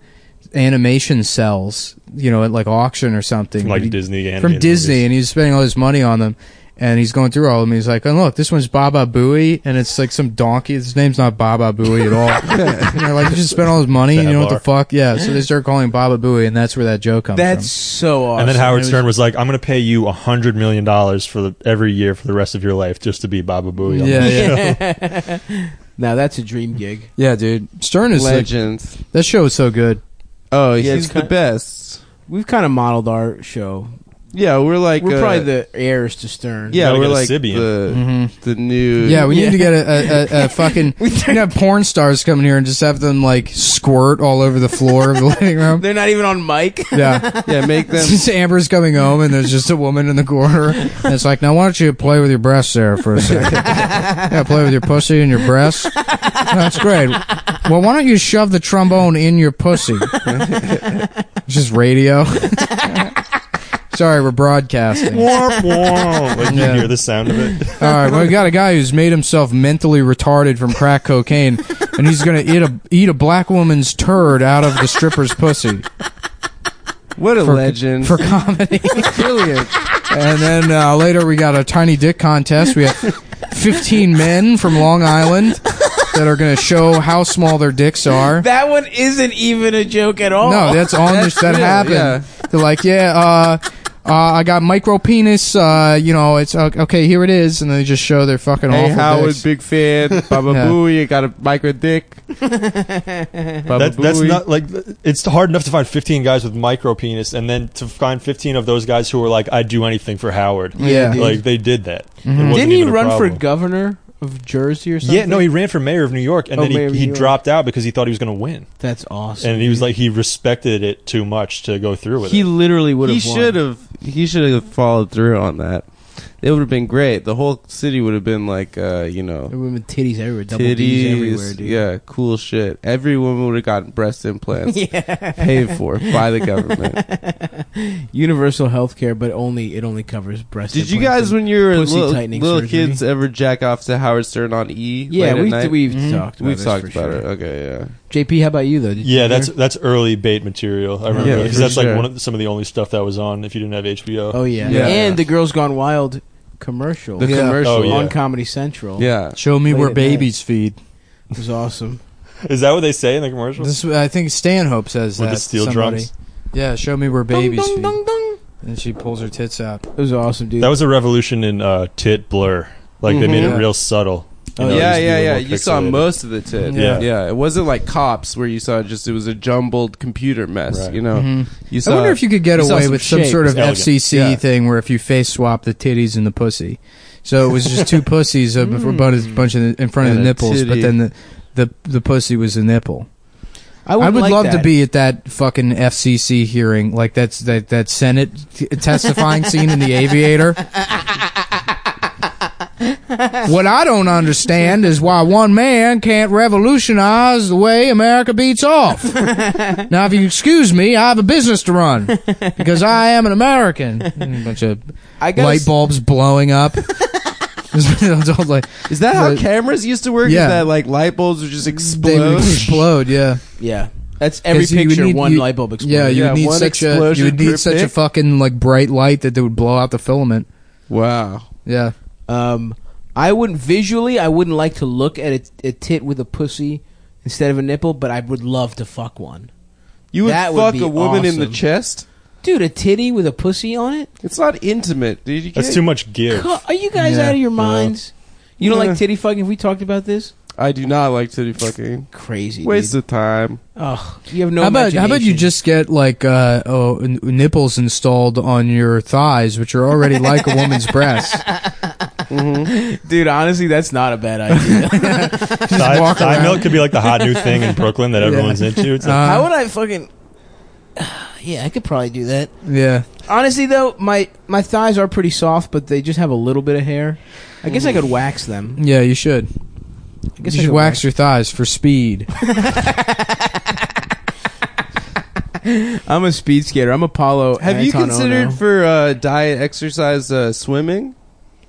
S1: animation cells, you know, at like auction or something.
S3: Like
S1: But he-
S3: Disney animated
S1: from Disney,
S3: movies.
S1: and he's spending all his money on them. And he's going through all of them. He's like, "And look, this one's Baba Booey, and it's like some donkey. His name's not Baba Booey at all." and they're like, "You just spent all his money, and you know what the fuck?" Yeah. So they start calling him Baba Booey, and that's where that joke comes
S4: That's
S1: from.
S4: so awesome.
S3: And then
S4: It
S3: Howard
S4: was-
S3: Stern was like, "I'm going to pay you a hundred million dollars for the, every year for the rest of your life just to be Baba Booey." on
S1: Yeah,
S3: the
S1: yeah,
S4: Now that's a dream gig.
S1: yeah, dude. Stern is like,
S2: Legends.
S1: that show is so good.
S2: Oh,
S4: Yeah,
S2: he's
S4: it's
S2: the
S4: kind-
S2: best.
S4: We've kind of modeled our show.
S2: Yeah, we're like
S4: we're
S2: uh,
S4: probably the heirs to Stern.
S2: yeah,
S3: Gotta
S2: we're
S3: get a
S2: like
S3: Sibian.
S2: the the new
S1: Mm-hmm. Yeah, we
S4: Yeah.
S1: need to get a, a, a, a fucking. we can have porn stars come in here and just have them like squirt all over the floor of the living room.
S4: They're not even on mic.
S1: Yeah.
S2: yeah. Make them
S1: Since Amber's coming home and there's just a woman in the corner, and it's like, now why don't you play with your breasts there for a second? yeah, play with your pussy and your breasts. That's great. Well, why don't you shove the trombone in your pussy? It's just radio. Sorry, we're broadcasting. All
S3: Warp, warp. Like
S1: Yeah.
S3: you hear the sound of it.
S1: right, well, we got a guy who's made himself mentally retarded from crack cocaine, and he's gonna eat a eat a black woman's turd out of the stripper's pussy
S2: what a
S1: for-
S2: legend.
S1: for comedy.
S2: Brilliant.
S1: And then uh, later we got a tiny dick contest. We have 15 men from Long Island that are going to show how small their dicks are.
S4: That one isn't even a joke at all.
S1: no, that's on this. That
S2: real,
S1: happened.
S2: yeah.
S1: They're like, yeah, uh, uh, I got micro penis. Uh, you know, it's uh, okay. Here it is, and they just show their fucking
S2: Hey,
S1: awful
S2: Howard,
S1: dicks.
S2: big fan. Baba
S1: Yeah.
S2: Booey, got a micro dick. Baba
S3: That, that's
S2: Booey.
S3: not like it's hard enough to find 15 guys with micro penis, and then to find 15 of those guys who were like, "I'd do anything for Howard."
S1: Yeah.
S3: like they did that. It wasn't
S4: Mm-hmm. Didn't he
S3: even a
S4: run for
S3: problem.
S4: governor of Jersey or something?
S3: Yeah, no, he ran for mayor of New York, and
S4: Oh, mayor
S3: then he,
S4: of New
S3: he
S4: York.
S3: dropped out because he thought he was going to win,
S4: That's awesome.
S3: and he was like, he respected it too much to go through with
S4: he
S3: it.
S4: literally would
S2: He
S4: have.
S2: should have. He should have followed through on that. It would have been great. The whole city would have been like, uh, you know,
S4: There would have been titties everywhere, double D's everywhere,
S2: titties.
S4: dude.
S2: Yeah, cool shit. Every woman would have gotten breast implants
S4: yeah.
S2: paid for by the government.
S4: Universal health care, but only it only covers breast.
S2: Did you
S4: implants
S2: guys, when you were
S4: Pussy
S2: little,
S4: tightening
S2: little
S4: surgery.
S2: kids, ever jack off to Howard Stern on E?
S4: and- yeah,
S2: late at
S4: we've,
S2: night?
S4: we've
S1: Mhm.
S4: talked. About
S2: We've
S4: this
S2: talked
S4: for
S2: about
S4: sure.
S2: it. Okay, yeah.
S4: JP, Mm-hmm. how about you though? Did you
S3: Yeah,
S4: hear?
S3: that's that's early bait material. I remember
S2: Yeah,
S3: because
S2: for
S3: that's
S2: sure.
S3: like one of, some of the only stuff that was on if you didn't have HBO.
S4: Oh yeah.
S2: Yeah.
S4: and the Girls Gone Wild commercial
S2: The
S1: Yeah.
S2: commercial.
S3: Oh, yeah.
S4: on Comedy Central.
S2: yeah.
S1: Show me
S4: Late
S1: where
S4: at
S1: babies feed.
S4: it was awesome.
S3: Is that what they say in the commercial?
S1: This, I think Stanhope says
S3: With
S1: that.
S3: the steel
S1: to somebody.
S3: drums?
S1: Yeah, show me where babies
S4: Dong,
S1: feed.
S4: dong, dong,
S1: And she pulls her tits out.
S4: dong. It was awesome, dude.
S3: That was a revolution in uh, tit blur. Like they made
S1: Mhm.
S3: it real subtle. You
S4: Oh,
S3: know,
S2: yeah,
S3: these
S2: yeah,
S3: people
S2: yeah.
S3: were
S2: You saw
S3: pixelated.
S2: most of the tit.
S1: Yeah.
S2: Yeah. It wasn't like cops where you saw just it was a jumbled computer mess.
S3: Right.
S2: You know,
S1: Mhm.
S4: Mm-hmm.
S2: you
S1: I
S2: saw.
S1: wonder if you could get
S4: you saw
S1: away
S4: some
S1: with some
S4: shape.
S1: sort of
S3: It's elegant.
S1: FCC
S2: Yeah.
S1: thing where if you face swap the titties and the pussy. So it was just two pussies uh, up in front of, bunch of, in front of
S2: And
S1: the
S2: a
S1: nipples, but
S2: titty.
S1: then the, the the pussy was a nipple.
S4: I
S1: I would
S4: like
S1: love to
S4: that.
S1: be at that fucking FCC hearing, like that's that that Senate t- testifying scene in The Aviator. what I don't understand is why one man can't revolutionize the way America beats off. now, if you excuse me, I have a business to run because I am an American. And a bunch of
S4: I gotta
S1: light
S4: s-
S1: bulbs blowing up. It's all like
S2: Is that how
S1: Right.
S2: cameras used to work?
S1: Yeah.
S2: Is that like light bulbs would just
S1: they would
S2: explode?
S1: explode. Yeah,
S4: Yeah, that's every
S1: 'Cause you would
S4: picture.
S1: need-
S4: one
S1: you-
S4: light bulb explodes.
S1: yeah. You
S2: Yeah,
S1: would need
S2: one
S1: such a you
S2: explosion
S1: would need
S2: per
S1: such a
S2: pic.
S1: fucking like bright light that they would blow out the filament.
S2: Wow.
S1: Yeah,
S4: Um, I wouldn't visually. I wouldn't like to look at a, a tit with a pussy instead of a nipple, but I would love to fuck one.
S2: You would
S4: That would
S2: fuck
S4: be
S2: a woman in the
S4: awesome.
S2: chest?
S4: Dude, a titty with a pussy on it?
S2: It's not intimate, dude. You
S3: That's
S2: can't-
S3: too much give.
S4: Co- Are you guys
S1: Yeah.
S4: out of your minds? You don't
S2: Yeah.
S4: like titty fucking? Have we talked about this?
S2: I do not like titty fucking.
S4: Crazy.
S2: Waste
S4: Dude.
S2: of time.
S4: Ugh, you have no.
S1: how about how about you
S4: imagination.
S1: just get like uh, oh, n- nipples installed on your thighs, which are already like a woman's breasts?
S4: dude? Honestly, that's not a bad idea.
S3: Thigh,
S1: walk
S3: thigh
S1: around.
S3: milk could be like the hot new thing in Brooklyn that everyone's into. It's like,
S1: Uh-huh.
S4: how would I fucking? yeah, I could probably do that.
S1: Yeah,
S4: Honestly, though, my my thighs are pretty soft, but they just have a little bit of hair. I guess I could wax them.
S1: yeah. You should.
S4: I guess
S1: you
S4: I
S1: should
S4: could
S1: wax your thighs for speed.
S4: I'm a speed skater. I'm Apollo.
S2: Have you
S4: Anton
S1: oh,
S2: considered
S4: Ono.
S2: for uh, diet exercise uh, swimming?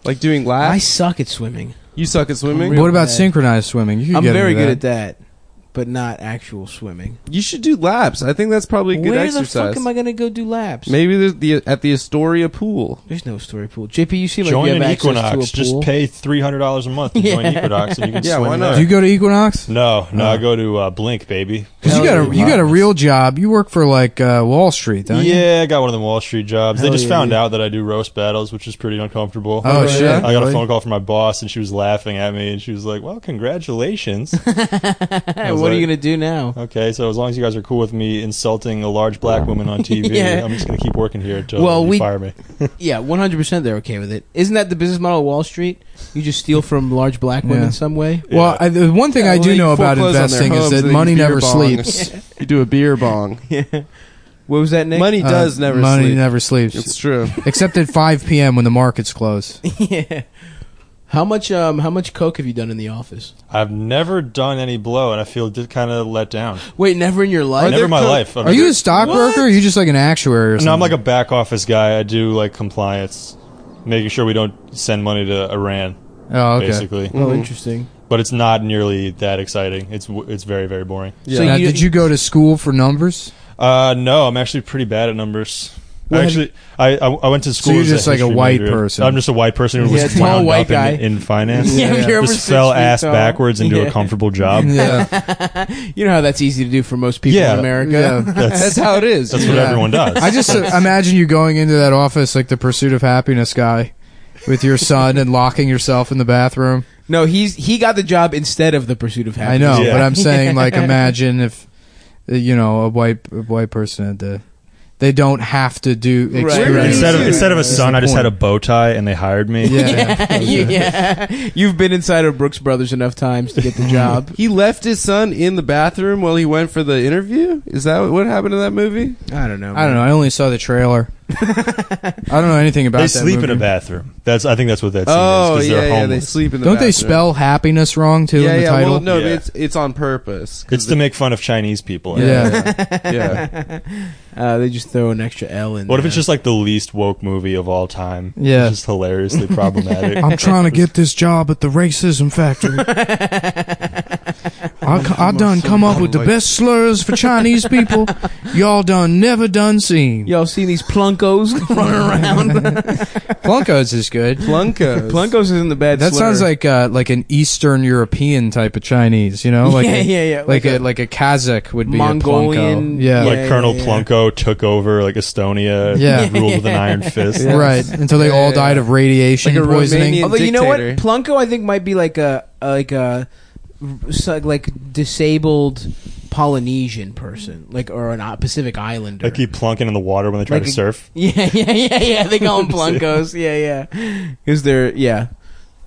S2: Like doing
S4: I
S2: laps?
S4: suck at swimming.
S2: you suck at swimming?
S4: Real
S1: what about
S4: bad.
S1: synchronized swimming? You could
S4: I'm
S1: get
S4: very
S1: into
S4: good at
S1: that.
S4: that, but not actual swimming.
S2: You should do laps. I think that's probably a good
S4: Where the
S2: exercise.
S4: fuck am I gonna go do laps?
S2: Maybe there's the at the Astoria pool.
S4: There's no story pool. JP, you seem like you
S3: join
S4: have
S3: an
S4: access
S3: Equinox.
S4: to a
S3: Just
S4: pool.
S3: pay three hundred dollars a month to join
S4: Yeah.
S3: Equinox, and you can
S2: Yeah,
S3: swim
S2: why not?
S3: there.
S1: Do you go to Equinox?
S3: no, no,
S1: Oh.
S3: I go to uh, Blink, baby.
S1: 'Cause you
S4: Hell
S1: got a
S4: yeah.
S1: you got a real job. You work for like uh, Wall Street, don't you?
S3: Yeah, I got one of them Wall Street jobs.
S4: Hell
S3: they just
S4: yeah,
S3: found
S4: dude.
S3: out that I do roast battles, which is pretty uncomfortable.
S1: Oh,
S2: Oh,
S1: shit!
S2: yeah.
S3: I got a
S1: Really?
S3: phone call from my boss, and she was laughing at me, and she was like, "Well, congratulations."
S4: Hey,
S3: I was
S4: what are you
S3: like-
S4: gonna do now?
S3: okay, so as long as you guys are cool with me insulting a large black woman on TV,
S4: Yeah.
S3: I'm just gonna keep working here until
S4: Well,
S3: you
S4: we-
S3: fire me.
S4: Yeah, 100. percent They're okay with it. Isn't that the business model of Wall Street? You just steal from large black women
S1: Yeah.
S4: some way.
S1: Well, I, the one thing
S2: Yeah,
S1: I do
S2: well, they
S1: know about
S2: foreclose on their
S1: investing
S2: homes
S1: is that
S2: and they
S1: money
S2: do beer
S1: never
S2: bongs.
S1: sleeps.
S2: You do a beer bong.
S4: What was that, Nick?
S2: Money
S1: Uh,
S2: does never
S1: money
S2: sleep.
S1: never sleeps,
S2: it's true.
S1: except at 5 p.m. when the markets close.
S4: yeah. How much? Um, how much coke have you done in the office?
S3: I've never done any blow, and I feel kind of let down.
S4: Wait, never in your
S1: Oh,
S4: life.
S3: never in my
S2: co-
S3: life. I've
S1: Are you
S3: never-
S1: a stockbroker? Or are you just like an actuary or something?
S3: No, I'm like a back office guy. I do like compliance, making sure we don't send money to Iran,
S1: oh, okay.
S3: basically.
S4: Oh, interesting.
S3: But it's not nearly that exciting. It's w- it's very very boring.
S2: Yeah.
S4: So
S1: Now,
S4: you-
S1: Uh, did you go to school for numbers?
S3: Uh, no, I'm actually pretty bad at numbers.
S1: Well, have
S3: actually, I, I I went to school.
S1: you're
S3: as a
S1: just like a
S3: history
S1: white
S3: major.
S1: person.
S3: I'm just a white person who
S4: Yeah,
S3: was
S4: tall
S3: wound
S4: white
S3: up in-
S4: guy.
S3: In, finance.
S4: Yeah, if you're over
S3: just
S4: six
S3: fell
S4: feet
S3: ass
S4: tall.
S3: backwards into
S4: Yeah.
S3: a comfortable job.
S1: Yeah,
S4: You know how that's easy to do for most people
S3: Yeah.
S4: in America.
S1: yeah.
S2: That's how it is.
S3: That's what
S1: Yeah.
S3: everyone does.
S1: I just uh, imagine you going into that office like the Pursuit of Happiness guy with your son and locking yourself in the bathroom.
S4: No, he's he got the job instead of the pursuit of
S1: I
S4: happiness.
S1: know,
S3: Yeah.
S1: but I'm saying like imagine if uh, you know a white a white person had to they don't have to do
S4: Right.
S1: experience.
S3: instead of
S1: it.
S3: instead of a
S1: That's the
S3: son, I just
S1: point.
S3: had a bow tie and they hired me.
S1: Yeah.
S4: yeah, you, yeah. You've been inside of Brooks Brothers enough times to get the job.
S2: He left his son in the bathroom while he went for the interview. Is that what happened in that movie?
S4: I don't know.
S1: I don't know. I only saw the trailer. I don't know anything about.
S3: They
S1: that
S3: sleep in
S1: movie.
S3: a bathroom. That's I think that's what that scene
S2: Oh
S3: is because
S2: yeah,
S3: they're
S2: yeah. They
S3: homeless.
S2: sleep in the.
S1: Don't they
S2: bathroom.
S1: spell happiness wrong too
S2: Yeah,
S1: in the
S2: yeah.
S1: title?
S2: Well, no,
S3: Yeah.
S2: it's it's on purpose. 'Cause
S3: It's to make fun of Chinese people.
S1: Yeah.
S2: yeah.
S4: Uh, they just throw an extra L in.
S3: What if
S4: there.
S3: it's just like the least woke movie of all time?
S1: Yeah.
S3: It's just hilariously problematic.
S1: I'm trying to get this job at the racism factory. I, c- I done come up with the best slurs for Chinese people. Y'all done never done seen.
S4: y'all seen these plunkos running around?
S1: Plunkos is good.
S2: Plunkos.
S4: plunkos isn't the bad.
S1: That
S4: slur.
S1: sounds like uh, like an Eastern European type of Chinese, you know, like
S4: yeah,
S1: a,
S4: yeah, yeah.
S1: like, a, like a Kazakh would be
S4: Mongolian-
S1: a plunko. Yeah.
S3: like
S4: yeah,
S3: Colonel
S4: yeah.
S3: Plunko took over like Estonia,
S1: Yeah.
S3: and ruled with an iron fist.
S2: Yeah.
S1: right. Until they
S2: Yeah,
S1: all
S2: yeah,
S1: died
S2: yeah.
S1: of radiation
S2: Like a
S1: poisoning.
S2: Romanian-
S4: Although you know what,
S2: dictator.
S4: Plunko I think might be like a a- like a so- like disabled Polynesian person, like or an uh, Pacific Islander.
S3: They keep plunking in the water when they try
S4: Like
S3: to
S4: a-
S3: surf.
S4: Yeah, yeah, yeah, yeah. They call them plunkos. Yeah, yeah. Because they're yeah.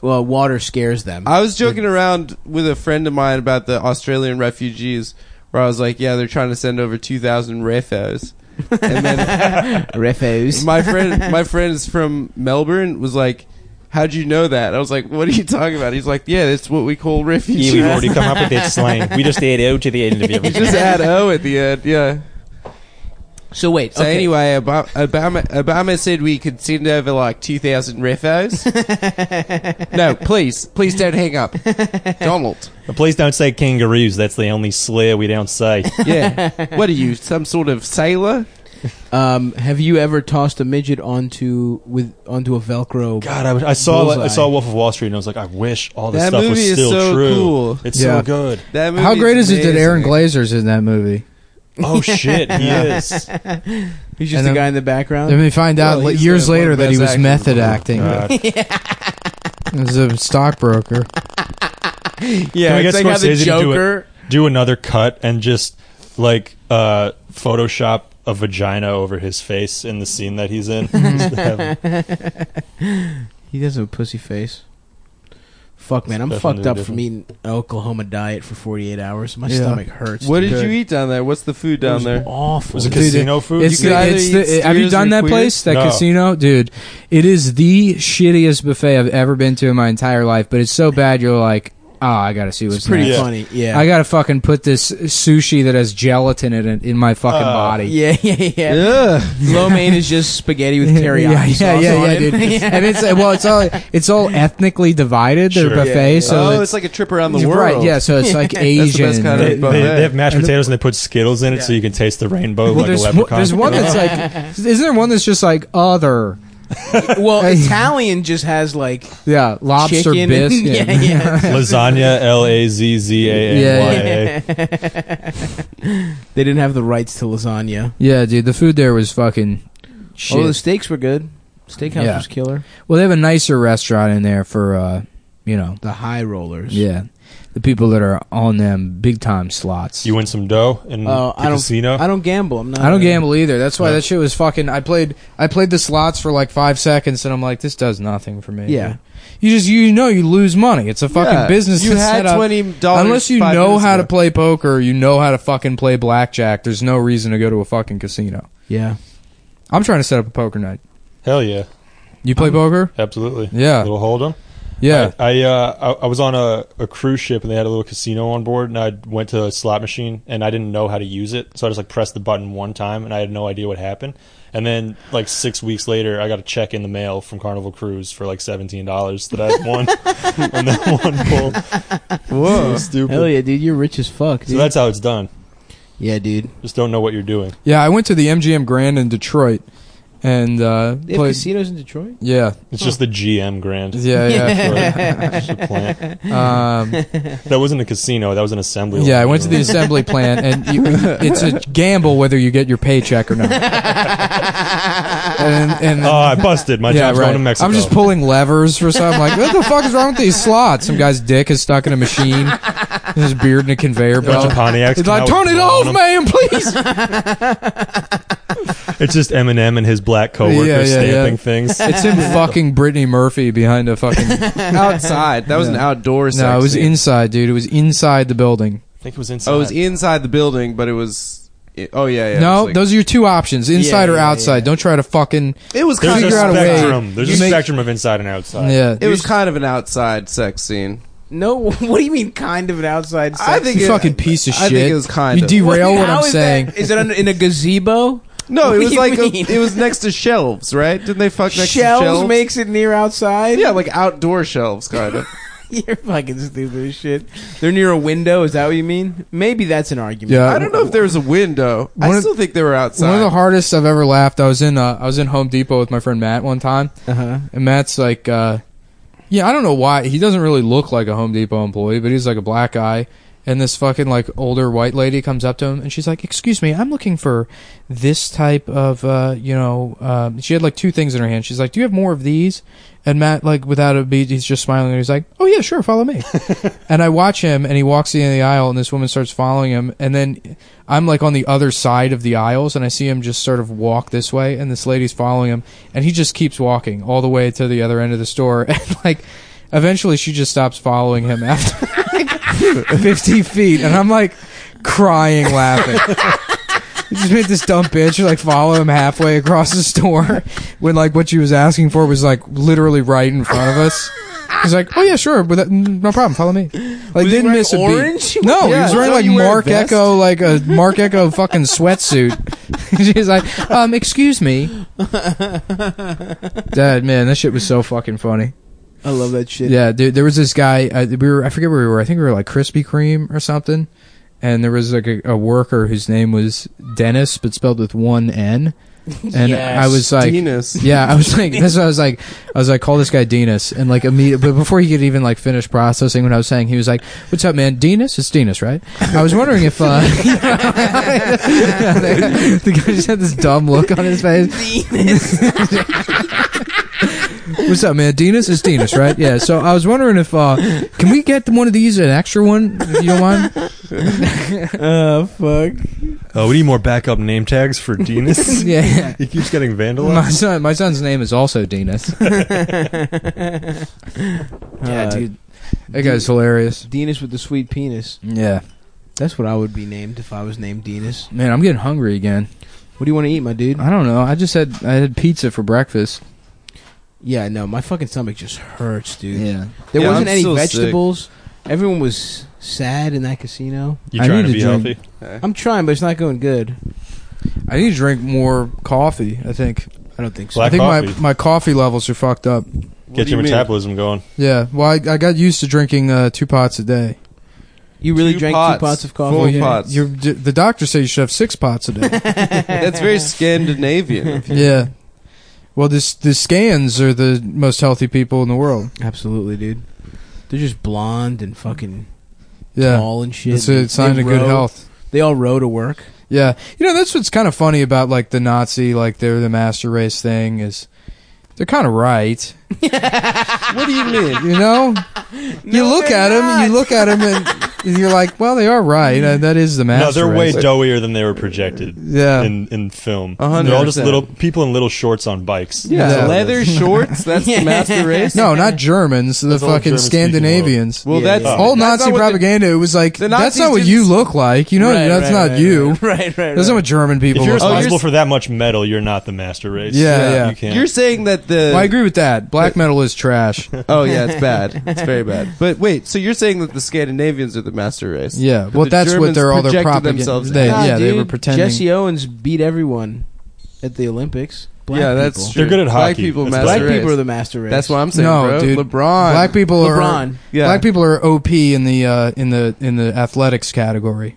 S4: Well, water scares them.
S2: I was joking around with a friend of mine about the Australian refugees, where I was like, "Yeah, they're trying to send over two thousand refos." And then
S4: Refos.
S2: my friend, my friends from Melbourne, was like, "How'd you know that?" I was like, "What are you talking about?" He's like, "Yeah, that's what we call refugees."
S3: come up with that slang. We just add O to the end of
S2: You just add O at the end. Yeah.
S4: So wait.
S2: So
S4: okay.
S2: anyway, Obama, Obama Obama said we could send over like two thousand refos. no, please, please don't hang up, Donald.
S3: Please don't say kangaroos. That's the only slur we don't say.
S2: Yeah, what are you, some sort of sailor?
S4: Um, have you ever tossed a midget onto with onto a Velcro?
S3: God, I, was- I saw like, I
S4: Bullseye.
S3: saw Wolf of Wall Street, and I was like, I wish all this
S2: That
S3: stuff was
S2: movie is
S3: still
S2: so
S3: true.
S2: cool.
S3: It's
S1: Yeah.
S3: so good.
S2: That
S1: How
S2: movie
S1: great is it that Aaron
S2: amazing.
S1: Glazer's in that movie?
S3: Oh shit, he is.
S4: He's just
S1: And
S4: the
S1: then-
S4: guy in the background.
S1: Then we find out
S2: Well,
S1: li-
S2: he's
S1: years
S2: the- one
S1: later
S2: of the
S1: that he
S2: best
S1: was
S2: actors in
S1: method
S2: the world.
S1: acting
S3: Oh, God.
S1: as a stockbroker.
S4: yeah,
S3: Can we
S4: it's
S3: get
S4: like how the
S3: Scorsese to do it?
S4: Joker.
S3: do another cut and just like uh photoshop a vagina over his face in the scene that he's in
S2: Mm-hmm.
S3: Just have him-
S4: He does have a pussy face. Fuck man, I'm
S3: It's
S4: fucked
S3: definitely
S4: up from eating an Oklahoma diet for 48 hours. My
S1: Yeah.
S4: stomach hurts.
S2: What did
S4: Dude,
S2: you eat down there? What's the food
S4: it
S2: down
S4: was
S2: there?
S4: Awful.
S3: was it
S1: Dude,
S3: casino food
S1: It's
S2: You
S1: the,
S2: could either
S1: it's the,
S2: eat
S1: have you
S2: Steers
S1: done
S2: or
S1: that
S2: Queers?
S1: place, that
S3: No.
S1: casino, dude? It is the shittiest buffet I've ever been to in my entire life. But it's so bad, you're like, oh, I gotta see what's
S4: It's pretty
S1: next.
S3: Yeah.
S4: funny. Yeah.
S1: I gotta fucking put this sushi that has gelatin in it in my fucking
S3: Uh,
S1: body.
S4: yeah, yeah, yeah.
S1: Ugh.
S4: Lo mein is just spaghetti with teriyaki
S1: yeah,
S4: sauce
S1: yeah, yeah,
S4: on
S1: yeah,
S4: it.
S1: dude. And it's well, it's all it's all ethnically divided. Their
S3: Sure.
S1: buffet,
S4: Yeah.
S1: so
S2: oh,
S1: it's-
S2: it's like a trip around the
S1: You're
S2: world.
S1: Right, yeah, so it's like Asian.
S2: best kind
S3: they,
S2: of-
S3: they, they have mashed potatoes and they put skittles in it so
S4: Yeah.
S3: you can taste the rainbow
S1: well,
S3: like
S1: there's,
S3: a
S1: one-
S3: leprechaun
S1: there's one that's like, isn't there one that's just like other?
S4: Well,
S1: Hey.
S4: Italian just has like
S1: Yeah, lobster
S4: chicken.
S1: bisque.
S4: yeah, yeah.
S3: lasagna l-a-z-z-a-n-y-a
S4: They didn't have the rights to lasagna.
S1: Yeah, dude, the food there was fucking shit.
S4: Oh, the steaks were good. Steakhouse
S1: Yeah.
S4: was killer.
S1: well, they have a nicer restaurant in there for, uh, you know,
S4: The high rollers.
S1: yeah, the people that are on them big time slots.
S3: you win some dough in
S4: Oh,
S3: the
S4: I don't.
S3: casino
S4: I don't gamble. I'm not.
S2: Uh,
S1: I don't gamble either. That's why
S3: Yeah.
S1: that shit was fucking. I played. I played the slots for like five seconds, and I'm like, this does nothing for me.
S4: Yeah.
S1: You just you know you lose money. It's a fucking
S2: Yeah.
S1: business.
S2: You
S1: that's
S2: had
S1: set up-
S2: twenty dollars.
S1: Unless you know how to play poker, you know how to fucking play blackjack. There's no reason to go to a fucking casino.
S4: Yeah.
S1: I'm trying to set up a poker night.
S3: hell yeah
S1: You
S2: Um,
S1: play poker?
S3: absolutely
S1: Yeah,
S3: little hold'em
S1: yeah.
S3: I I, uh, I I was on a, a cruise ship and they had a little casino on board and I went to a slot machine and I didn't know how to use it so I just like pressed the button one time and I had no idea what happened and then like six weeks later I got a check in the mail from Carnival Cruise for like seventeen dollars that I had won on that one pull.
S2: Whoa.
S3: Stupid.
S4: Hell yeah, dude! You're rich as fuck, dude.
S3: So that's how it's done.
S4: yeah, dude.
S3: Just don't know what you're doing.
S1: Yeah, I went to the MGM Grand in Detroit and uh,
S4: They have
S1: played.
S4: casinos in Detroit.
S1: Yeah,
S3: It's just the GM grand.
S1: yeah, yeah.
S3: Just a plant.
S1: um,
S3: That wasn't a casino. That was an assembly.
S1: yeah,
S3: line.
S1: I went to the assembly plant, and you, it's a gamble whether you get your paycheck or not. And, and
S3: Oh, I busted. My job's going to Mexico.
S1: I'm just pulling levers for something. Like, what the fuck is wrong with these slots? Some guy's dick is stuck in a machine, and his beard in a conveyor
S3: a bunch
S1: belt.
S3: of Pontiacs.
S1: He's
S3: come
S1: like,
S3: out
S1: turn
S3: with
S1: it
S3: blood on
S1: off, man,
S3: them.
S1: please.
S3: It's just Eminem and his black coworker
S1: Yeah, yeah,
S3: stamping
S1: yeah.
S3: things.
S1: It's him fucking Brittany Murphy behind a fucking.
S2: outside. That was an outdoor.
S1: No, it was inside, dude. It was inside the building.
S3: I think it was inside.
S2: Oh, it was inside the building, but it was. It, oh yeah, yeah.
S1: no,
S2: it was, like-
S1: those are your two options: inside
S4: Yeah,
S1: or
S4: yeah,
S1: outside.
S4: yeah.
S1: Don't try to fucking.
S2: It was
S3: There's
S2: kind
S3: a
S1: figure out a way.
S3: spectrum. There's
S1: You
S3: a
S1: make-
S3: spectrum of inside and outside.
S1: Yeah,
S2: It was kind of an outside sex scene.
S4: No, what do you mean? Kind of an outside.
S2: I think
S1: you
S2: it-
S1: fucking piece of shit.
S2: I think it was kind
S1: You
S2: of.
S1: derail what,
S4: How
S1: I'm
S4: is
S1: saying.
S4: That, is it under, in a gazebo?
S2: No,
S4: What
S2: it
S4: do
S2: was
S4: you
S2: like a,
S4: mean?
S2: it was next to shelves, right? Didn't they fuck next
S4: shelves,
S2: to shelves?
S4: makes it near outside.
S2: yeah, like outdoor shelves, kind of.
S4: you're fucking stupid as shit. They're near a window. Is that what you mean? Maybe that's an argument.
S1: Yeah.
S2: I don't know if there was a window.
S1: Uh, One
S2: I
S1: of-
S2: still think they were outside.
S1: One of the hardest I've ever laughed. I was in uh, I was in Home Depot with my friend Matt one time,
S4: Uh-huh.
S1: and Matt's like, uh, "Yeah, I don't know why he doesn't really look like a Home Depot employee, but he's like a black guy." And this fucking like older white lady comes up to him, and she's like, "Excuse me, I'm looking for this type of uh, you know." Um, she had like two things in her hand. She's like, "Do you have more of these?" And Matt, like without a beat, he's just smiling. and He's like, "Oh yeah, sure, follow me." and I watch him, and he walks in the aisle, and this woman starts following him, and then I'm like on the other side of the aisles, and I see him just sort of walk this way, and this lady's following him, and he just keeps walking all the way to the other end of the store, and like. Eventually, she just stops following him after like 50 feet, and I'm like crying laughing. You just made this dumb bitch like follow him halfway across the store when like what she was asking for was like literally right in front of us. He's like, oh yeah, sure, but that, mm, no problem. Follow me. Like
S4: Was he
S1: didn't
S4: wearing
S1: miss a
S4: orange?
S1: beat. No,
S2: Yeah,
S1: he was wearing
S2: don't
S1: like
S2: you wear a
S1: Mark
S2: vest?
S1: Echo, like a Mark Echo fucking sweatsuit. She's like, um, excuse me, Dad. Man, that shit was so fucking funny.
S4: I love that shit.
S1: Yeah, dude, there was this guy. Uh, we were, I forget where we were. I think we were like Krispy Kreme or something. And there was like a, a worker whose name was Dennis, but spelled with one N. And
S4: Yes.
S1: I was like,
S2: Dennis.
S1: yeah, I was like, that's what I was like. I was like, call this guy Denis, and like immediately, but before he could even like finish processing what I was saying, he was like, "What's up, man? Denis? It's Denis, right?" I was wondering if uh, the guy just had this dumb look on his face. What's up, man? Denis? It's Denis, right? Yeah. So I was wondering if uh, can we get one of these, an extra one, if you don't mind?
S4: Oh fuck.
S3: Oh, we need more backup name tags for Denis.
S1: Yeah.
S3: He keeps getting
S1: My
S3: vandalized.
S1: son, my son's name is also Denis.
S4: yeah,
S1: Uh,
S4: dude.
S1: That guy's hilarious.
S4: Denis with the sweet penis.
S1: Yeah.
S4: That's what I would be named if I was named Denis.
S1: Man, I'm getting hungry again.
S4: What do you want to eat, my dude?
S1: I don't know. I just had I had pizza for breakfast.
S4: Yeah, no, my fucking stomach just hurts, dude. There
S2: Yeah, I'm
S4: wasn't any
S2: still sick.
S4: vegetables. Everyone was sad in that casino.
S3: You
S1: I
S3: trying
S1: need
S3: to
S1: to
S3: be
S1: drink.
S3: healthy?
S4: I'm trying, but it's not going good.
S1: I need to drink more coffee. I think.
S4: I don't think so.
S3: Black
S1: I think
S3: coffee.
S1: my my coffee levels are fucked up.
S3: Get your metabolism going.
S1: Yeah. Well, I, I got used to drinking uh, two pots a day.
S4: You really
S2: Two
S4: drank
S2: pots.
S4: two pots of
S2: Four
S1: Well,
S4: coffee?
S1: you-
S2: pots.
S1: You're, d- the doctor said you should have six pots a day.
S2: That's very Scandinavian.
S1: yeah. Well, this the scans are the most healthy people in the world.
S4: Absolutely, dude. They're just blonde and fucking
S1: Yeah.
S4: tall and Oh, shit.
S1: It's a
S4: They-
S1: it's sign
S4: they
S1: of good
S4: row-
S1: health.
S4: They all row to work.
S1: Yeah, you know that's what's kind of funny about like the Nazi, like they're the master race thing is, they're kind of right.
S2: what do you mean?
S1: You know, you look at them, you look at them, and you're like, well, they are right. Uh, that is the
S3: No,
S1: master.
S3: they're way
S1: race.
S3: doughier than they were projected
S1: Yeah,
S3: in, in film.
S2: A hundred
S3: They're all just
S2: percent.
S3: little people in little shorts on bikes.
S1: Yeah.
S2: Yeah, leather shorts. That's the master race.
S1: no, not Germans. The
S3: That's all
S1: fucking
S3: German-speaking
S1: Scandinavians.
S2: Well,
S4: Yeah,
S2: that's
S3: yeah.
S1: All
S2: that's
S1: Nazi
S2: not what the-
S1: propaganda. it was like
S2: The
S1: that's
S2: Nazis
S1: not what
S2: didn't-
S1: you look like. You know,
S4: Right,
S1: that's
S4: right,
S1: not
S4: right,
S1: you.
S4: Right, Oh, right, right.
S1: That's not what German people
S3: If you're
S1: look like.
S3: responsible
S2: you're-
S3: for that much metal, you're not the master race.
S1: Oh, Yeah, yeah.
S3: You can't.
S2: You're saying that the
S1: Well, I agree with that. Black metal is trash.
S2: Oh yeah, it's bad. It's very bad. But wait, so you're saying that the Scandinavians are the master race?
S1: Yeah,
S2: But
S1: well,
S2: the
S1: that's what
S2: Germans
S1: they're all their
S2: projected
S1: propaganda.
S2: themselves
S1: They,
S2: as.
S1: yeah, they
S4: dude.
S1: were pretending.
S4: Jesse Owens beat everyone at the Olympics. Black
S2: yeah, that's
S4: people.
S2: true.
S3: They're good at
S2: Black
S3: hockey.
S2: people
S3: That's
S2: master
S4: Black
S2: race.
S4: people are the master race.
S2: that's what I'm saying,
S1: No,
S2: bro.
S1: dude.
S2: LeBron.
S1: Black people are
S4: LeBron.
S2: Yeah.
S1: Black people are OP in the uh, in the in the athletics category.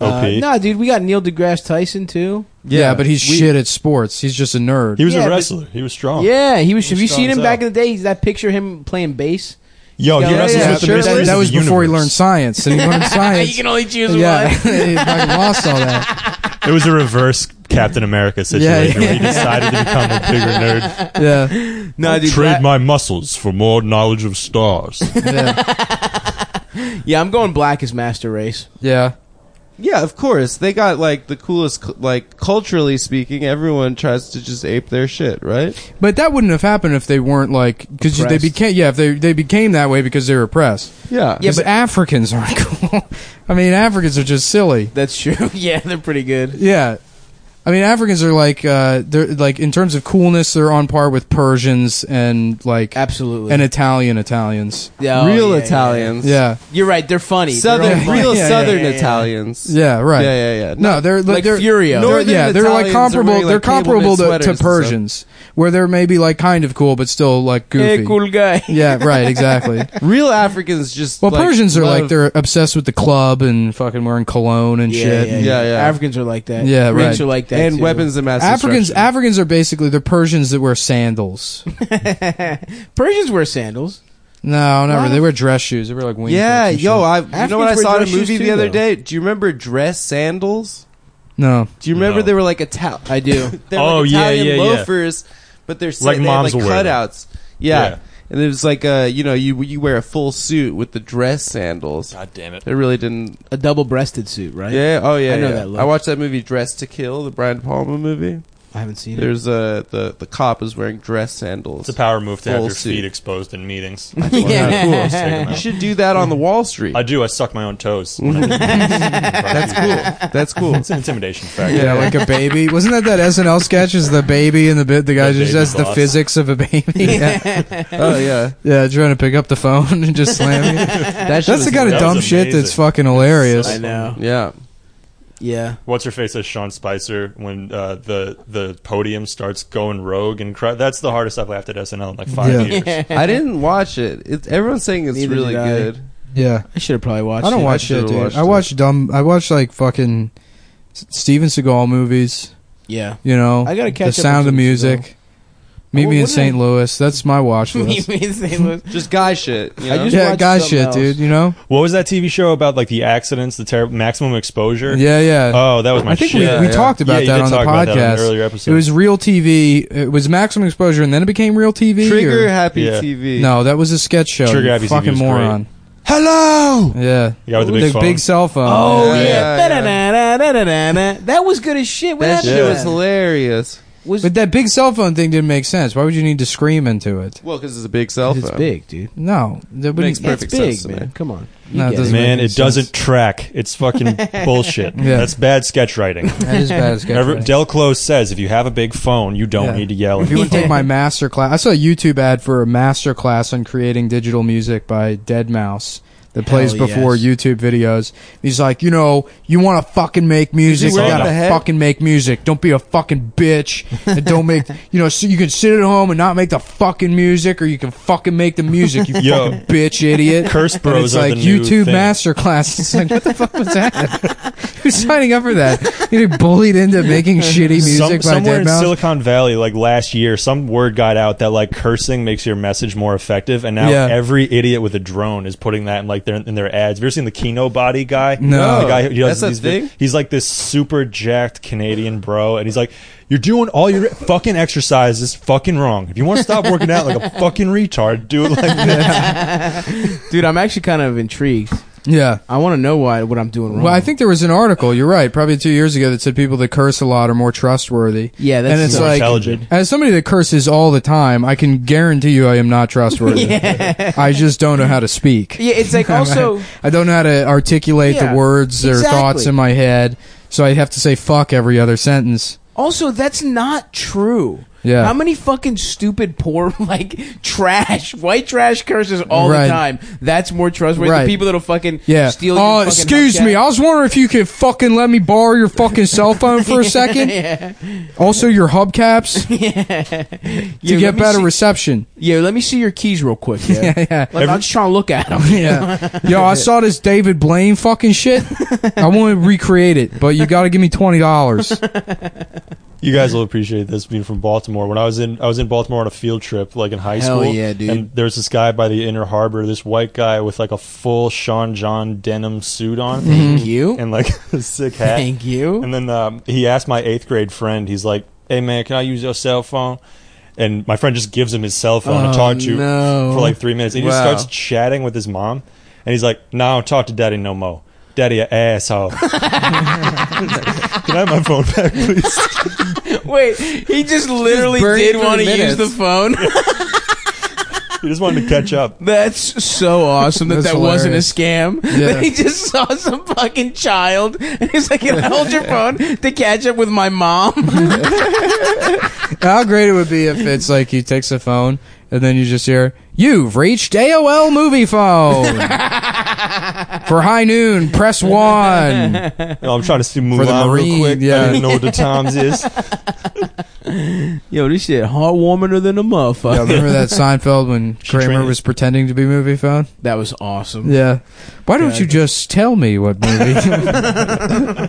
S3: OP.
S4: Uh, nah, dude, we got Neil deGrasse Tyson too.
S1: Yeah, but he's
S2: we-
S1: shit at sports. He's just a nerd.
S3: he was
S4: yeah,
S3: a
S4: but-
S3: wrestler. he was strong.
S4: Yeah, Oh. he was.
S3: He
S4: Have you
S3: was strong
S4: seen him
S3: as
S4: back
S3: hell.
S4: in the day? He's that picture of him playing bass.
S3: Yo, he
S4: Yeah,
S3: wrestles
S4: yeah,
S3: with the
S4: sure.
S3: mysteries
S1: that,
S3: of
S1: that
S3: the
S1: was before he
S3: universe.
S1: learned science, and he learned science.
S4: only choose
S1: yeah, he fucking lost all that.
S3: It was a reverse Captain America situation where he decided to become a bigger nerd.
S1: Yeah,
S4: No, dude.
S3: Trade
S4: Black,
S3: my muscles for more knowledge of stars.
S1: yeah,
S4: yeah, I'm going black as master race.
S1: yeah.
S2: Yeah, of course. They got like the coolest cu- like culturally speaking, everyone tries to just ape their shit, right?
S1: But that wouldn't have happened if they weren't like because they
S4: Oppressed.
S1: became yeah if they they became that way because they were oppressed.
S2: Yeah.
S1: Yeah, but Africans aren't cool. I mean, Africans are just silly.
S4: That's true. yeah, they're pretty good.
S1: Yeah. I mean, Africans are like uh, they're like in terms of coolness, they're on par with Persians and like
S4: Absolutely.
S1: and Italian Italians.
S4: Yeah, oh,
S2: real
S4: yeah, yeah,
S2: Italians.
S1: Yeah,
S4: yeah. You're right. They're funny. They're all
S2: Southern
S4: funny.
S2: real
S1: Yeah,
S2: southern
S4: yeah, yeah, yeah.
S2: Italians.
S1: yeah, right.
S2: Yeah, yeah, yeah.
S1: No, they're
S4: Like
S1: they're,
S4: Furio.
S1: they're-
S2: Northern
S1: yeah, they're like
S2: Italians are
S1: comparable.
S2: wearing, like,
S1: they're
S2: cable-knit
S1: comparable to,
S2: sweaters
S1: to
S2: and stuff.
S1: Persians, where they're maybe like kind of cool but still like goofy.
S4: Hey, cool guy.
S1: Yeah, right. Exactly.
S2: Real Africans just
S1: Well,
S2: like,
S1: Persians are like
S2: love-
S1: they're obsessed with the club and fucking wearing cologne and shit.
S2: yeah.
S4: Africans are like that.
S1: Yeah,
S4: Greeks
S1: right.
S4: are like that.
S2: and
S4: too.
S2: weapons of mass
S1: Africans,
S2: destruction.
S1: Africans are basically they're Persians that wear sandals.
S4: Persians wear sandals.
S1: No, never.
S4: What?
S1: They wear dress shoes. They were like wings.
S2: Yeah, yo, I you know what I
S4: Africans
S2: saw in
S4: wear
S2: a
S4: dress shoes
S2: movie the
S4: too,
S2: other
S4: though.
S2: day? Do you remember dress sandals?
S1: no.
S2: Do you remember
S3: No.
S2: they were like Italian?
S4: I do.
S2: They're
S3: Oh,
S2: like
S3: yeah,
S2: Italian
S3: yeah, yeah.
S2: loafers, but they're sa-
S3: Like
S2: they
S3: moms
S2: have,
S3: will
S2: like
S3: wear them.
S2: cutouts. Yeah.
S3: Yeah.
S2: and it was like uh, you know, you you wear a full suit with the dress sandals.
S3: God damn it.
S2: It really didn't.
S4: A double-breasted suit, right?
S2: Yeah. Oh yeah.
S4: I know
S2: yeah.
S4: that look.
S2: I watched that movie Dress to Kill, the Brian De Palma movie.
S4: I haven't seen it.
S2: There's uh, the the cop is wearing dress sandals.
S3: It's a power move to have
S2: Full
S3: your
S2: suit.
S3: feet exposed in meetings.
S4: Yeah.
S3: Cool. Let's take 'em
S2: you
S3: out.
S2: should do that on the Wall Street.
S3: I do. I suck my own toes. That's
S2: cool. That's cool.
S3: It's an intimidation factor.
S1: Yeah, like a baby. Wasn't that that SNL sketch? Is the baby and the bit the guy
S3: The
S1: just
S3: baby
S1: does the
S3: boss.
S1: physics of a baby? Yeah.
S2: Oh yeah.
S1: yeah, trying to pick up the phone and just slam it.
S2: That shit
S1: That's
S2: was
S1: the kind of
S3: that was
S1: dumb shit that's
S3: amazing.
S1: fucking hilarious.
S4: I know.
S2: Yeah.
S4: Yeah.
S3: What's her face as Sean Spicer when uh, the the podium starts going rogue and cry. That's the hardest I've laughed at SNL in like five
S1: Yeah.
S3: years.
S2: I didn't watch it. It's everyone's saying it's
S4: Neither
S2: really
S4: did I.
S2: good.
S1: Yeah.
S4: I should have probably watched.
S1: I don't
S4: it.
S1: watch
S2: I
S1: shit,
S2: should've
S1: dude.
S2: watched
S1: I
S2: it.
S1: watch dumb. I watch like fucking S- Steven Seagal movies.
S4: Yeah.
S1: You know,
S4: I gotta catch up
S1: the Sound of
S4: with Steven
S1: Music. Meet
S4: Well,
S1: me in
S4: what did I-
S1: St. Louis. That's my watch list.
S4: Meet me in St. Louis.
S2: Just guy shit. You
S4: I
S2: know?
S4: just-
S1: yeah,
S4: watch
S1: guy
S4: something
S1: shit,
S4: else.
S1: dude. You know.
S3: what was that TV show about? Like the accidents, the terrible maximum exposure.
S1: Yeah, yeah.
S3: Oh, that was my
S1: I think
S3: shit.
S1: we,
S2: Yeah,
S1: we
S2: yeah.
S1: talked about
S3: Yeah, you
S1: that
S3: did
S1: on the
S3: talk about that on an
S1: podcast.
S3: earlier episode.
S1: it was real TV. It was maximum exposure, and then it became real TV.
S2: Trigger
S1: or-
S2: Happy
S3: Yeah.
S2: TV.
S1: No, that was a sketch show.
S3: Trigger
S1: you
S3: Happy TV
S1: fucking
S3: was great.
S1: moron.
S2: Hello.
S1: Yeah.
S3: The guy with the big phone.
S1: cell phone.
S4: Oh
S2: Yeah,
S4: yeah,
S2: yeah,
S4: Da-da-da-da-da-da-da. that was good as shit. What
S2: That
S4: happened
S2: shit
S4: to
S2: was hilarious.
S4: Was
S1: But that big cell phone thing didn't make sense. Why would you need to scream into it?
S2: Well, because it's a big cell phone.
S4: it's big, dude.
S1: No, that wouldn't.
S2: Makes
S4: Yeah,
S2: perfect
S4: it's big,
S2: sense to me.
S4: man. Come on. You
S1: No, it
S4: get
S1: doesn't
S3: Man,
S1: make any
S3: it doesn't
S1: sense.
S3: track. It's fucking bullshit.
S1: Yeah.
S3: That's bad sketch writing.
S1: That is bad as sketch
S3: Every,
S1: writing.
S3: Del Close says if you have a big phone, you don't
S1: Yeah.
S3: need to yell.
S1: If you want to take my master class, I saw a YouTube ad for a master class on creating digital music by Dead Mouse that plays
S4: Hell
S1: before
S4: yes.
S1: YouTube videos. He's like, you know, you want to fucking make music, you
S2: wearing
S1: gotta
S2: the head?
S1: fucking make music. Don't be a fucking bitch and don't make, you know, so you can sit at home and not make the fucking music, or you can fucking make the music. You
S3: Yo.
S1: fucking bitch, idiot.
S3: Curse
S1: And
S3: bros
S1: it's
S3: are
S1: like
S3: the new
S1: YouTube
S3: thing.
S1: masterclass. It's like, what the fuck was that? Who's signing up for that? You're bullied into making shitty
S3: Some-
S1: music by
S3: somewhere
S1: Dead
S3: in
S1: Mouse.
S3: Silicon Valley, like last year, some word got out that like cursing makes your message more effective, and now
S1: Yeah.
S3: every idiot with a drone is putting that in like their in their ads. Have you ever seen the Kino Body guy?
S1: No.
S3: the guy who does
S2: That's a
S3: these vi-
S2: thing?
S3: He's like this super jacked Canadian bro, and he's like, "You're doing all your fucking exercise is fucking wrong. If you want to stop working out like a fucking retard, do it like this."
S4: Dude, I'm actually kind of intrigued.
S1: yeah.
S4: I want to know why what I'm doing wrong.
S1: Well, I think there was an article. You're right, probably two years ago that said people that curse a lot are more trustworthy.
S4: Yeah, that's
S1: and it's
S4: so
S1: like
S3: intelligent.
S1: as somebody that curses all the time, I can guarantee you I am not trustworthy. I just don't know how to speak.
S4: yeah, it's like also
S1: I don't know how to articulate
S4: Yeah,
S1: the words or
S4: exactly.
S1: thoughts in my head, so I have to say fuck every other sentence.
S4: also that's not true.
S1: Yeah.
S4: How many fucking stupid poor like trash white trash curses all
S1: Right.
S4: the time? That's more trustworthy.
S1: Right.
S4: The people that'll fucking
S1: Yeah.
S4: steal. your
S1: Oh,
S4: fucking
S1: excuse me.
S4: hubcap.
S1: I was wondering if you could fucking let me borrow your fucking cell phone for a second. Also, your hubcaps to
S4: Yeah, let
S1: get
S4: me
S1: better
S4: see-
S1: reception.
S4: yeah, let me see your keys real quick. Yeah,
S1: yeah.
S4: Like, I'm just trying to look at them.
S1: Yeah. Yo, I saw this David Blaine fucking shit. I want to recreate it, but you got to give me twenty dollars.
S3: You guys will appreciate this being from Baltimore. When I was in I was in Baltimore on a field trip, like in high
S4: Hell
S3: school.
S4: yeah, dude.
S3: And there was this guy by the inner harbor, this white guy with like a full Sean John denim suit on
S1: Mm-hmm.
S4: Thank you.
S3: and like a sick hat.
S4: Thank you.
S3: And then um, he asked my eighth grade friend, he's like, Hey man, can I use your cell phone? And my friend just gives him his cell phone
S4: Oh,
S3: to talk to
S4: no.
S3: for like three minutes. And he
S2: Wow.
S3: just starts chatting with his mom and he's like, No, I don't talk to daddy no more. Daddy a asshole. Can I have my phone back, please?
S4: Wait, he just literally
S1: buried
S4: did
S1: for
S4: want to
S1: minutes.
S4: use the phone.
S3: He just wanted to catch up.
S4: That's so awesome that
S1: That's
S4: that wasn't a scam.
S1: Yeah.
S4: That he just saw some fucking child and he's like, "Can I hold your phone to catch up with my mom?"
S1: How great it would be if it's like he takes the phone and then you just hear, "You've reached AOL Movie Phone." For high noon, press one.
S3: No, I'm trying to see move
S1: the
S3: on real
S1: Marine,
S3: quick.
S1: yeah.
S3: I didn't know what the times is.
S4: Yo, this shit heartwarmer than a
S1: Yeah,
S4: motherfucker.
S1: remember that Seinfeld when Kramer
S3: trained-
S1: was pretending to be movie phone?
S4: That was awesome.
S1: Yeah. Why don't
S4: Yeah.
S1: you just tell me what movie?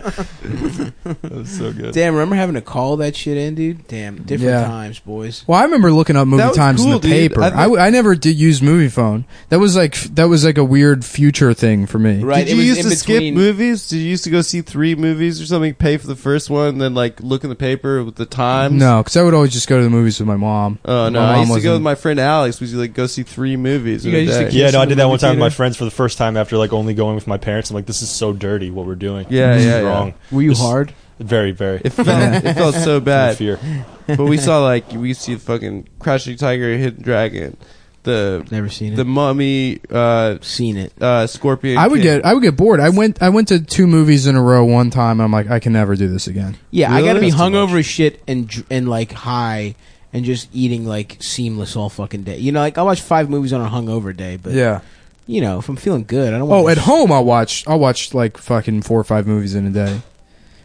S3: That was so good.
S4: Damn, remember having to call that shit in, dude? Damn, different
S1: Yeah.
S4: times, boys.
S1: Well, I remember looking up movie
S2: That was
S1: times in
S2: cool,
S1: the
S2: dude.
S1: paper.
S2: I
S1: I,
S2: think-
S1: w- I never did use movie phone. That was like that was like a weird future thing for me.
S4: Right,
S2: Did you
S4: it was
S2: used
S4: in
S2: to skip
S4: between-
S2: movies? Did you used to go see three movies or something, pay for the first one, and then like look in the paper with the times?
S1: No, because I would always just go to the movies with my mom.
S2: Oh no!
S1: My
S2: I
S1: mom
S2: used to go
S1: wasn't-
S2: with my friend Alex. We used to like go see three movies.
S4: You
S2: in a
S4: guys used to
S2: day.
S4: kiss
S3: Yeah, no, I
S4: in the
S3: did that
S4: movie
S3: one time with my
S4: theater?
S3: friends for the first time after like only going with my parents. I'm like, this is so dirty what we're doing.
S2: Yeah,
S3: this
S2: yeah,
S3: is
S2: yeah.
S3: wrong.
S4: Were you
S3: This-
S4: hard?
S3: Very, very.
S2: It felt it felt so
S3: Full of
S2: bad.
S3: fear.
S2: but we saw like we see fucking Crouching Tiger, Hidden Dragon, the
S4: Never seen it.
S2: the Mummy, uh,
S4: seen it.
S2: uh, Scorpion.
S1: I would
S2: King.
S1: get I would get bored. I went I went to two movies in a row one time, and I'm like, I can never do this again.
S4: Yeah, I
S2: Really?
S4: gotta be
S2: That's too
S4: hungover as shit and dr- and like high and just eating like seamless all fucking day. You know, like I watch five movies on a hungover day, but
S1: Yeah.
S4: you know, if I'm feeling good, I don't.
S1: Oh,
S4: wanna-
S1: at home I'll watch I'll watch like fucking four or five movies in a day.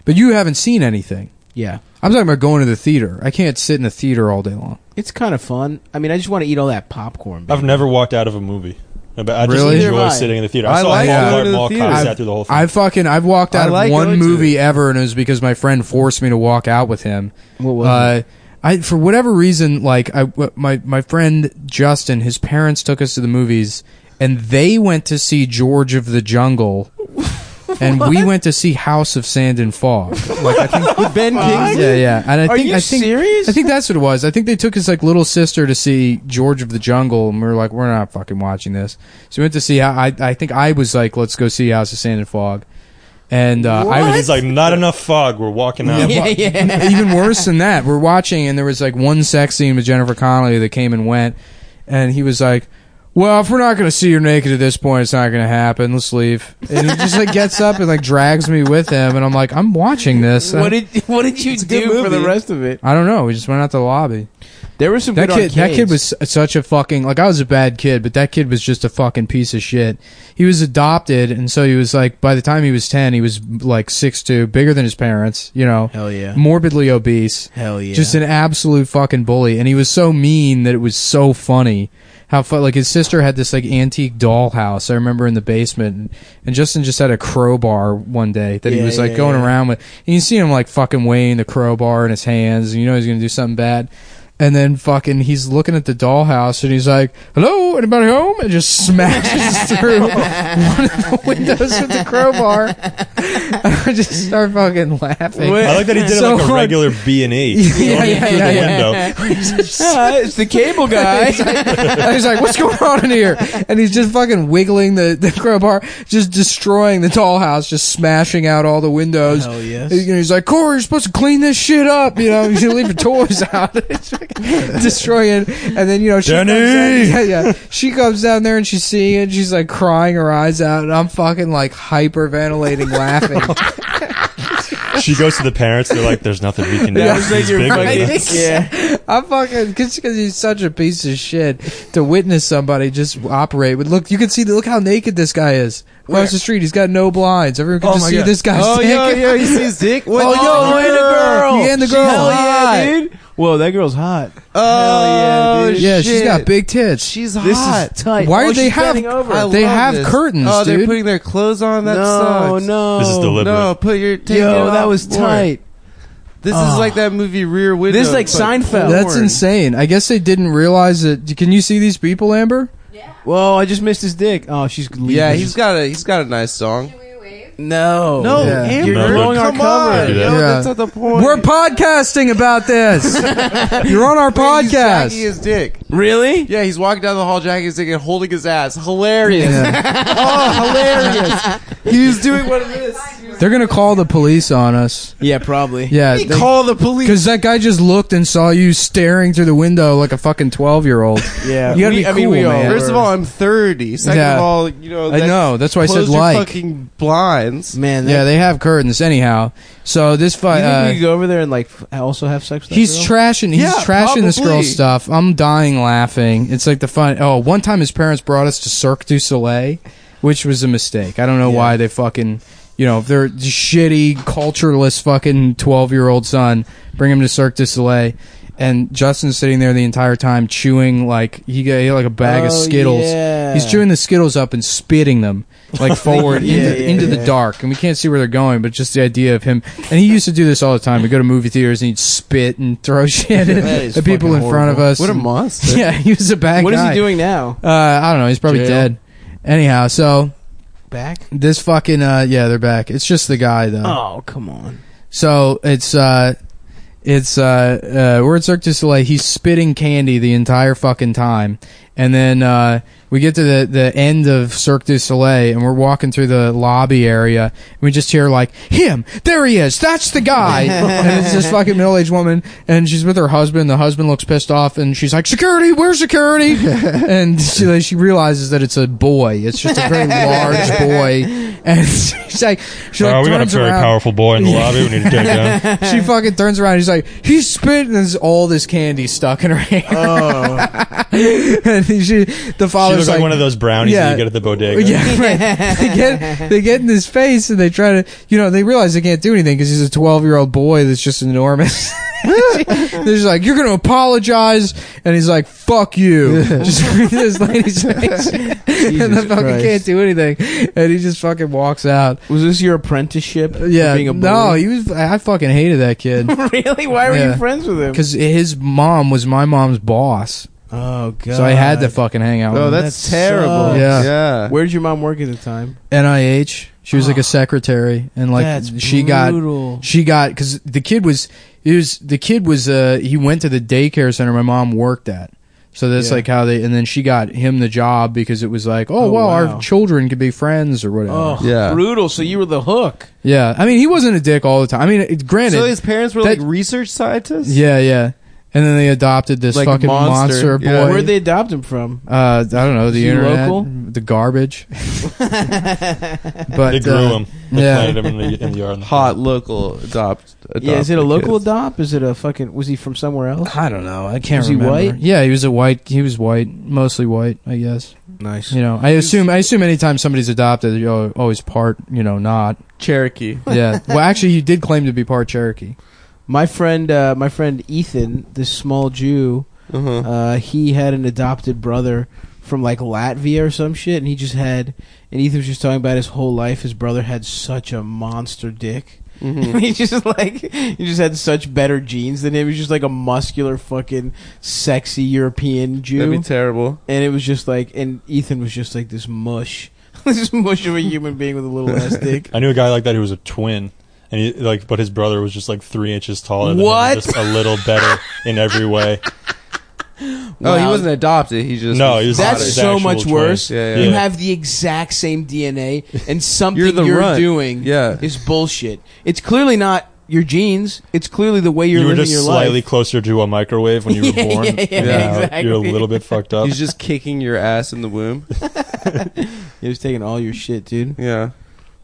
S1: But you haven't seen anything.
S4: Yeah,
S1: I'm talking about going to the theater. I can't sit in a theater all day long.
S4: it's kind of fun. I mean, I just want to eat all that popcorn.
S3: I've
S4: baby.
S3: never walked out of a movie. No, but I
S1: Really?
S3: just
S1: Neither
S3: enjoy
S4: have I.
S3: sitting in the theater.
S2: I
S3: I, saw
S2: like
S3: Mall
S2: going
S3: Card
S2: to the
S3: Mall
S2: theater.
S3: Cop, I
S1: I've-
S3: sat through the whole thing.
S1: I've fucking I've walked
S2: I
S1: out of
S2: like
S1: one
S2: going to
S1: movie
S2: it.
S1: ever, and it was because my friend forced me to walk out with him.
S4: What was it?
S1: Uh, I for whatever reason, like I my my friend Justin, his parents took us to the movies, and they went to see George of the Jungle, and we went to see House of Sand and Fog.
S2: Like I think with Ben Kingsley.
S1: yeah, yeah. And I
S4: Are
S1: think
S4: you
S1: I think
S4: serious?
S1: I think that's what it was. I think they took his like little sister to see George of the Jungle, and we were like, we're not fucking watching this. So we went to see. I I, I think I was like, let's go see House of Sand and Fog, and uh, I was
S3: He's like, not enough fog. We're walking out.
S1: Yeah,
S4: Yeah,
S1: but even worse than that, we're watching, and there was like one sex scene with Jennifer Connelly that came and went, and he was like, "Well, if we're not going to see her naked at this point, it's not going to happen. Let's leave." And he just like gets up and like drags me with him, and I'm like, "I'm watching this."
S4: What did What did you
S2: a good
S4: do for the
S2: movie.
S4: rest of it?
S1: I don't know. We just went out to the lobby.
S4: There were some
S1: That
S4: good
S1: kid, that
S4: arcades.
S1: kid was s- such a fucking like I was a bad kid, but that kid was just a fucking piece of shit. He was adopted, and so he was like, by the time he was ten, he was like six two, bigger than his parents, you know,
S4: hell yeah,
S1: morbidly obese.
S4: hell yeah.
S1: Just an absolute fucking bully, and he was so mean that it was so funny. How fun! Like his sister had this like antique dollhouse. I remember in the basement, and, and Justin just had a crowbar one day that he
S4: Yeah,
S1: was like
S4: yeah,
S1: going
S4: yeah.
S1: around with. And you see him like fucking weighing the crowbar in his hands, and you know he's gonna do something bad. And then fucking, he's looking at the dollhouse, and he's like, "Hello, anybody home?" And just smashes through one of the windows with the crowbar. I just start fucking laughing.
S4: Wait.
S3: I like that he did
S1: So
S3: it like a
S1: hard.
S3: regular B and E.
S1: Yeah, yeah, yeah, yeah.
S4: Ah, it's the cable guy.
S1: And he's like, "What's going on in here?" And he's just fucking wiggling the, the crowbar, just destroying the dollhouse, just smashing out all the windows.
S4: Hell yes.
S1: And he's like, "Corey, you're supposed to clean this shit up. You know, you should leave your toys out." It's fucking destroying, and then you know, she comes
S3: Jenny!
S1: down, yeah, yeah, she comes down there and she's seeing it. She's like crying her eyes out, and I'm fucking like hyperventilating, laughing.
S3: She goes to the parents. They're like, "There's nothing we can do."
S4: That was like
S3: He's
S4: your
S3: big
S4: fucking-
S3: with it.
S4: yeah.
S1: I'm fucking because he's such a piece of shit to witness somebody just operate. But look, you can see look how naked this guy is across the street. He's got no blinds. Everyone can
S3: Oh
S1: just
S3: my
S1: see
S3: God.
S1: this guy's
S2: Oh yeah,
S1: naked.
S2: yeah. You see his dick. What?
S1: Oh, yo, and the girl. He and the girl.
S4: Hell
S1: Hot.
S4: yeah, dude. Whoa, that girl's hot.
S2: Oh
S4: Hell yeah, dude.
S1: Yeah, she's
S2: shit.
S1: got big tits.
S2: She's
S4: This
S2: hot.
S4: is tight.
S1: Why
S4: oh,
S1: do they
S4: she's
S1: have-
S4: bending over.
S1: I- They have curtains,
S2: Oh, they're
S1: dude.
S2: putting their clothes on. That
S4: no,
S2: sucks.
S4: no,
S3: This is deliberate.
S2: no. Put your take it
S4: Yo,
S2: off
S4: that was
S2: more.
S4: tight.
S2: This is
S4: Oh.
S2: like that movie Rear Window.
S4: This is like
S2: but
S4: Seinfeld.
S1: Ah. That's
S2: porn.
S1: insane. I guess they didn't realize that. Can you see these people, Amber?
S4: Whoa, I just missed his dick. Oh, she's leaving.
S2: Yeah, he's got a he's got a nice song.
S4: no,
S2: No,
S1: Yeah.
S2: Amber,
S3: You're
S2: blowing
S3: blowing
S2: our
S4: our
S2: cover.
S4: cover.
S2: Yo,
S1: Yeah.
S2: That's not the point.
S1: We're podcasting about this. You're on our
S2: He's jacking
S1: podcast.
S2: his dick.
S4: Really?
S2: Yeah, he's walking down the hall, jacking his dick and holding his ass. Hilarious.
S1: Yeah.
S2: Oh, hilarious. he was doing one of this. He was-
S1: They're gonna call the police on us.
S4: Yeah, probably.
S1: Yeah,
S2: He
S1: they-
S2: called the police.
S1: Because that guy just looked and saw you staring through the window like a fucking 12 year old.
S4: yeah.
S1: You gotta
S4: We-
S1: be
S4: I mean,
S1: cool,
S4: we all
S1: man.
S2: First of
S4: were.
S2: all, I'm 30. Second
S1: Yeah.
S2: of all, you know,
S1: I
S2: that-
S1: know. That's why I said
S2: close your
S1: like.
S2: fucking blinds.
S4: man, that,
S1: yeah, they have curtains. Anyhow, so this
S4: You
S1: fight.
S4: think we
S1: Uh,
S4: could go over there and like f- also have sex with that
S1: He's
S4: girl?
S1: trashing. He's
S2: Yeah,
S1: trashing this
S2: probably.
S1: girl's stuff. I'm dying laughing. It's like the fun. Oh, one time his parents brought us to Cirque du Soleil, which was a mistake. I don't know
S4: Yeah.
S1: why they fucking. You know, if their shitty, cultureless fucking twelve-year-old son bring him to Cirque du Soleil, and Justin's sitting there the entire time chewing like he got he had like a bag of
S4: Oh,
S1: Skittles.
S4: yeah.
S1: He's chewing the Skittles up and spitting them like forward
S4: Yeah,
S1: into,
S4: yeah,
S1: into the
S4: yeah.
S1: dark, and we can't see where they're going. But just the idea of him, and he used to do this all the time. We go to movie theaters and he'd spit and throw shit
S4: That
S1: at
S4: is
S1: the people in
S4: fucking
S1: front of
S4: horrible.
S1: us.
S2: What a
S1: And-
S2: monster.
S1: yeah, he was a bad
S4: What is
S1: guy.
S4: he doing now?
S1: Uh, I don't know. He's probably
S4: Jail?
S1: dead. Anyhow, so
S4: Back?
S1: this fucking uh, yeah, they're back. It's just the guy though.
S4: Oh, come on.
S1: So it's uh, it's uh, uh, we're at Cirque du Soleil. He's spitting candy the entire fucking time, and then uh, we get to the the end of Cirque du Soleil, and we're walking through the lobby area, and we just hear like him, there he is, that's the guy, and it's this fucking middle aged woman, and she's with her husband. The husband looks pissed off, and she's like, security, where's security? and she like, she realizes that it's a boy. It's just a very large boy, and she's like, she like
S3: Oh, we got a
S1: turns
S3: very
S1: around
S3: powerful boy in the lobby. We need to take down.
S1: she fucking turns around. He's like, he's spitting.
S4: Oh.
S1: and There's all this candy stuck in her hand. and she, the father's was
S3: look like,
S1: like
S3: one of those brownies that
S1: Yeah.
S3: you get at the bodega.
S1: Yeah, right. they get they get in his face and they try to, you know, they realize they can't do anything because he's a twelve year old boy that's just enormous. They're just like, "You're going to apologize," and he's like, "Fuck you!" just in this lady's face, and the
S4: Jesus
S1: fucking
S4: Christ.
S1: can't do anything, and he just fucking walks out.
S4: Was this your apprenticeship? for
S1: Uh, Yeah,
S4: being a
S1: no,
S4: bully?
S1: he was. I fucking hated that kid
S4: really? Why were
S1: Yeah.
S4: you friends with him?
S1: because his mom was my mom's boss,
S4: Oh god!
S1: so I had to fucking hang out.
S2: Oh,
S1: with him.
S2: that's
S4: that
S2: terrible.
S1: sucks. Yeah.
S2: yeah.
S4: Where'd your mom work at the time?
S1: NIH. She was like a secretary, and like she got
S4: Ah. brutal.
S1: she got because the kid was it was the kid was uh he went to the daycare center my mom worked at so that's
S4: Yeah.
S1: like how they and then she got him the job because it was like oh,
S4: Oh,
S1: well
S4: wow.
S1: our children could be friends or whatever
S4: Oh,
S2: Yeah.
S4: brutal. So you were the hook.
S1: yeah i mean he wasn't a dick all the time i mean it, granted
S2: So his parents were
S1: that-
S2: like research scientists.
S1: yeah yeah and then they adopted this
S2: Like
S1: fucking monster,
S2: monster,
S1: boy
S2: yeah.
S4: Where'd they adopt him from?
S1: uh i don't know the
S4: Is he
S1: internet
S4: local?
S1: the garbage but
S3: They grew
S1: uh,
S3: him. They
S1: yeah.
S3: planted him in the, in the yard.
S2: Hot local adopt. adopt
S4: yeah, is it a
S2: the
S4: local
S2: kids.
S4: adopt? Is it a fucking? Was he from somewhere else?
S1: I don't know. I can't
S4: Was he
S1: remember.
S4: white?
S1: Yeah, he was a white. He was white, mostly white, I guess.
S4: Nice.
S1: You know, I assume I assume anytime somebody's adopted, you're always part. You know, not.
S2: Cherokee?
S1: Yeah. well, actually, he did claim to be part Cherokee.
S4: My friend, uh, my friend Ethan, this small Jew,
S2: Uh-huh.
S4: uh, he had an adopted brother from like Latvia or some shit, and he just had. And Ethan was just talking about his whole life. His brother had such a monster dick.
S2: Mhm.
S4: he just like he just had such better genes than him. He was just like a muscular, fucking, sexy European Jew.
S2: That'd be terrible.
S4: and it was just like, and Ethan was just like this mush, this mush of a human being with a little ass dick.
S3: I knew a guy like that who was a twin, and he like, but his brother was just like three inches taller. Than him,
S4: What?
S3: just a little better in every way.
S2: Oh, he
S4: Wow.
S2: wasn't adopted. He just
S3: No, he was
S2: spotted.
S3: adopted.
S4: That's so
S3: actual
S4: much
S3: twin.
S4: worse.
S2: Yeah,
S3: yeah.
S4: You have the exact same DNA, and something
S2: You're
S4: you're,
S2: the runt.
S4: doing
S2: Yeah.
S4: is bullshit. It's clearly not your genes. It's clearly the way you're
S3: you were
S4: living
S3: just
S4: your
S3: slightly
S4: life.
S3: closer to a microwave when you were
S4: Yeah,
S3: born.
S4: yeah, yeah,
S3: and now
S4: exactly.
S3: You're a little bit fucked up.
S2: He's just kicking your ass in the womb.
S4: It was taking all your shit, dude.
S2: Yeah.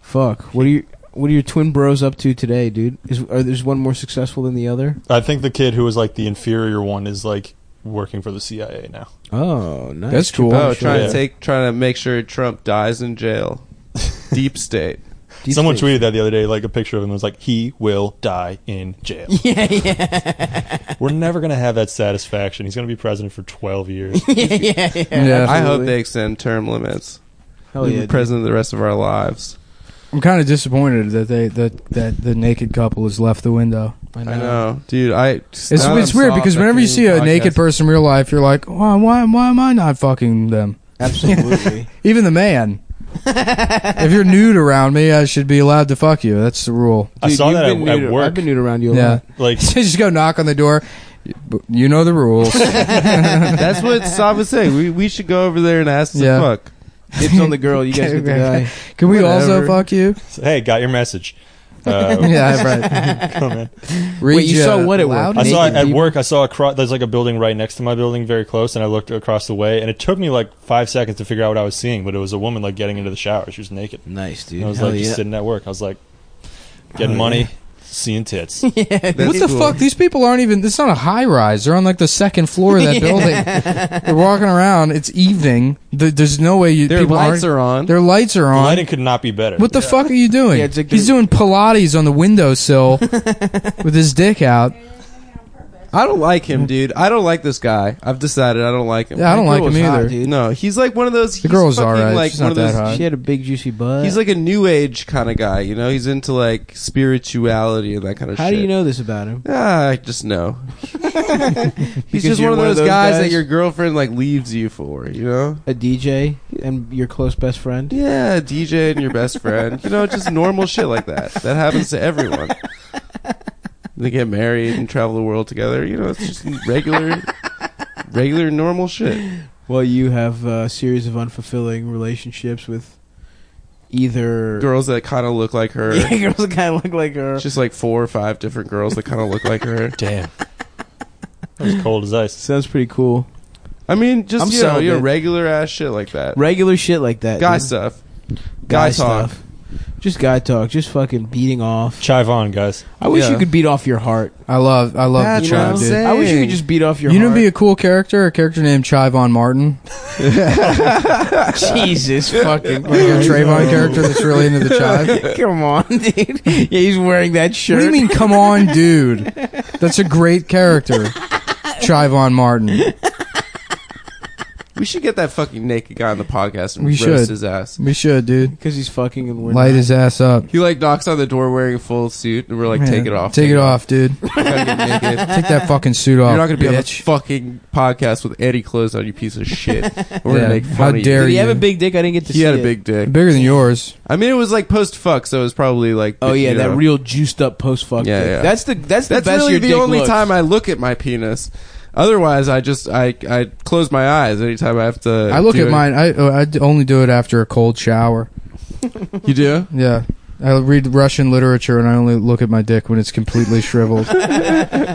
S4: Fuck. What are you? What are your twin bros up to today, dude? Is are there's one more successful than the other?
S3: I think the kid who was like the inferior one is like working for the CIA now.
S4: Oh, nice.
S1: That's cool.
S2: Oh,
S1: Oh,
S2: trying
S3: yeah.
S2: to take, trying to make sure Trump dies in jail. Deep state.
S4: Deep
S3: Someone
S4: state.
S3: tweeted that the other day, like a picture of him. It was like, "He will die in jail."
S4: Yeah, yeah,
S3: We're never gonna have that satisfaction. He's gonna be president for twelve years.
S4: yeah, yeah.
S1: Yeah.
S2: I hope
S4: absolutely.
S2: they extend term limits.
S4: Hell
S2: We'll
S4: yeah,
S2: be
S4: dude.
S2: president the rest of our lives.
S1: I'm kind of disappointed that they that that the naked couple has left the window.
S2: I know, dude. I it's,
S1: It's it's weird because whenever you see a naked person in real life, you're like, why why why am I not fucking them?
S4: Absolutely.
S1: Even the man. if you're nude around me, I should be allowed to fuck you. That's the rule.
S3: I
S4: Dude,
S3: saw
S4: you've
S3: that
S4: been
S3: at,
S4: nude-
S3: at work.
S4: I've been nude around you a
S1: Yeah.
S4: lot.
S3: like,
S1: Just go knock on the door. You know the rules.
S2: That's what Sav was saying. We we should go over there and ask the
S1: Yeah.
S2: fuck.
S4: It's on the girl. You guys get the guy.
S1: Can we also
S2: Whatever.
S1: fuck you?
S3: hey, got your message. Uh,
S1: yeah, right.
S3: come in.
S4: Wait, you
S1: Read
S4: saw
S1: ya
S4: what it
S1: loud?
S4: was?
S3: I saw
S4: Naked
S3: at
S4: people.
S3: work. I saw across. There's like a building right next to my building, very close, and I looked across the way, and it took me like five seconds to figure out what I was seeing. But it was a woman like getting into the shower. She was naked.
S4: Nice, dude.
S3: And I was
S4: Hell
S3: like just
S4: yeah.
S3: sitting at work. I was like, getting
S4: Hell
S3: money,
S4: yeah.
S3: seeing tits.
S1: What
S2: That's
S1: the
S2: cool.
S1: fuck? These people aren't even. It's not a high rise. They're on like the second floor of that building. They're walking around. It's evening. Th- There's no way you.
S2: Their
S1: people
S2: lights
S1: aren't,
S2: are on.
S1: Their lights are
S3: The
S1: on.
S3: lighting could not be better.
S1: What the fuck are you doing?
S4: Yeah, it's like
S1: He's
S4: the-
S1: doing Pilates on the windowsill with his dick out.
S2: I don't like
S1: Mm-hmm.
S2: him, dude. I don't like this guy. I've decided I don't like him.
S1: Yeah, I don't
S4: That
S1: like
S4: girl
S1: him
S4: was hot,
S1: either.
S4: dude.
S2: No, he's like one of those. He's
S1: The girl's
S2: fucking
S1: alright.
S2: Like
S1: She's
S2: one
S1: not
S2: of
S1: that
S2: those.
S1: hot.
S4: She had a big juicy butt.
S2: He's like a new age kind of guy. You know, he's into like spirituality and that kind of.
S4: how
S2: shit.
S4: do you know this about him?
S2: Ah, I just know. he's
S4: Because
S2: just
S4: you're
S2: one of those, guys, that your girlfriend like leaves you for. You know.
S4: a DJ and your close best friend.
S2: Yeah, DJ and your best friend. You know, just normal shit like that. That happens to everyone. They get married and travel the world together. You know, it's just regular, regular, normal shit.
S4: Well, you have a series of unfulfilling relationships with either
S2: Girls that kind of look like her.
S4: Yeah, girls that kind of look like her.
S2: It's Just like four or five different girls that kind of look like her.
S3: Damn. That was cold as ice.
S4: Sounds pretty cool.
S2: I mean, just
S4: I'm
S2: you know, your
S4: celibate.
S2: regular ass shit like that.
S4: Regular shit like that.
S2: Guy
S4: dude.
S2: stuff. Guy, talk.
S4: stuff. Just guy talk. Just fucking beating off.
S3: Chive on, guys.
S4: I wish
S2: Yeah.
S4: you could beat off your heart.
S1: I love I love
S2: That's
S1: the
S4: You know?
S1: tribe,
S2: what I'm
S1: dude.
S2: saying.
S4: I wish you could just beat off your.
S1: You know,
S4: heart.
S1: be a cool character, a character named Chivon Martin,
S4: Jesus fucking
S1: like a Trayvon
S4: Christ.
S1: character that's really into the chive.
S4: Come on, dude. Yeah, he's wearing that shirt.
S1: What do you mean, come on, dude? That's a great character, Chivon Martin.
S2: We should get that fucking naked guy on the podcast and
S1: We
S2: roast
S1: should.
S2: his ass.
S1: We should, dude.
S4: Because he's fucking and we're
S1: Light
S4: not.
S1: his ass up.
S2: He like knocks on the door wearing a full suit, and we're like,
S1: Yeah.
S2: "Take it off,
S1: Take it off, dude.
S2: off. Gotta get naked.
S1: Take that fucking suit off.
S2: You're not gonna be on the
S1: bitch.
S2: fucking podcast with any clothes on, you piece of shit. We're
S1: Yeah.
S2: gonna make fun
S1: How
S2: of you.
S1: dare
S4: Did he have
S1: you.
S4: a big dick? I didn't get to
S2: He
S4: see
S2: had a
S4: it.
S2: big dick.
S1: bigger than yours.
S2: I mean, it was like post fuck, so it was probably like.
S4: Oh yeah,
S2: you
S4: that
S2: know.
S4: real juiced up post fuck.
S2: Yeah,
S4: dick.
S2: yeah.
S4: That's the that's the
S2: That's
S4: best
S2: really
S4: your
S2: the
S4: dick
S2: only
S4: looks.
S2: time I look at my penis. Otherwise, I just I I close my eyes anytime I have to.
S1: I look
S2: do
S1: at
S2: it.
S1: mine. I oh, I only do it after a cold shower.
S2: You do?
S1: Yeah. I read Russian literature and I only look at my dick when it's completely shriveled.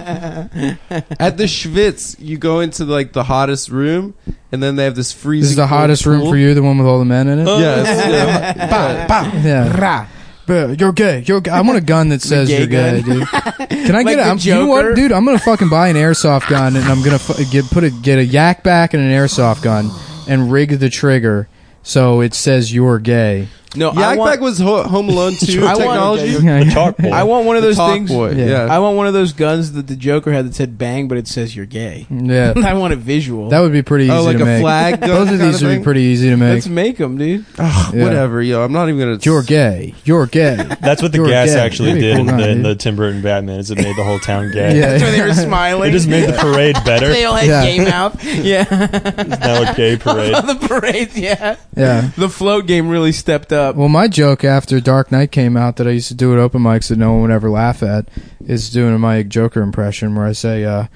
S2: At the Schwitz, you go into like the hottest room, and then they have this freezing.
S1: This is the
S2: cold
S1: hottest room
S2: pool.
S1: for you, the one with all the men in it.
S2: Yeah, it's- yeah.
S4: Bah, bah,
S1: Yeah,
S4: rah.
S1: but you're gay. You're. Gay. I want a gun that says
S4: gay
S1: you're gay, dude. Can I
S4: Like
S1: get? A,
S4: the
S1: I'm, you know what,
S4: Joker?
S1: dude? I'm gonna fucking buy an airsoft gun and I'm gonna fu- get put a get a yak back and an airsoft gun and rig the trigger so it says you're gay.
S4: No, I
S2: Yak
S4: want,
S2: Back was ho- Home Alone 2
S4: I want-
S2: technology.
S4: okay,
S3: The talk boy.
S4: I want one of those
S2: Talk
S4: things.
S2: Boy.
S1: Yeah.
S2: Yeah. Oh,
S4: I want one of those guns that the Joker had that said "bang," but it says "you're gay."
S1: yeah,
S4: I want a visual.
S1: that would be pretty easy
S2: oh, like
S1: to
S2: a
S1: make.
S2: flag. gun
S1: Both of
S2: kinda
S1: these would
S2: thing?
S1: be pretty easy to make.
S4: Let's make them, dude.
S2: Ugh,
S1: Yeah.
S2: Whatever, yo. I'm not even gonna.
S1: You're gay. You're gay.
S3: That's what the
S1: You're
S3: gas
S1: gay.
S3: actually
S1: That'd be
S3: did
S1: cool
S3: in,
S1: guy,
S3: the, in
S1: dude.
S3: the Timber and Batman. Is it made the whole town gay?
S1: Yeah.
S4: That's when they were
S3: It
S4: smiling.
S3: just made the parade better.
S4: they
S3: It's
S4: all had
S1: Yeah.
S4: gay mouth. Yeah,
S3: now a gay parade.
S4: the parades. Yeah,
S1: Yeah.
S4: the float game really stepped up.
S1: Well, my joke after Dark Knight came out that I used to do at open mics that no one would ever laugh at is doing my Joker impression where I say, uh,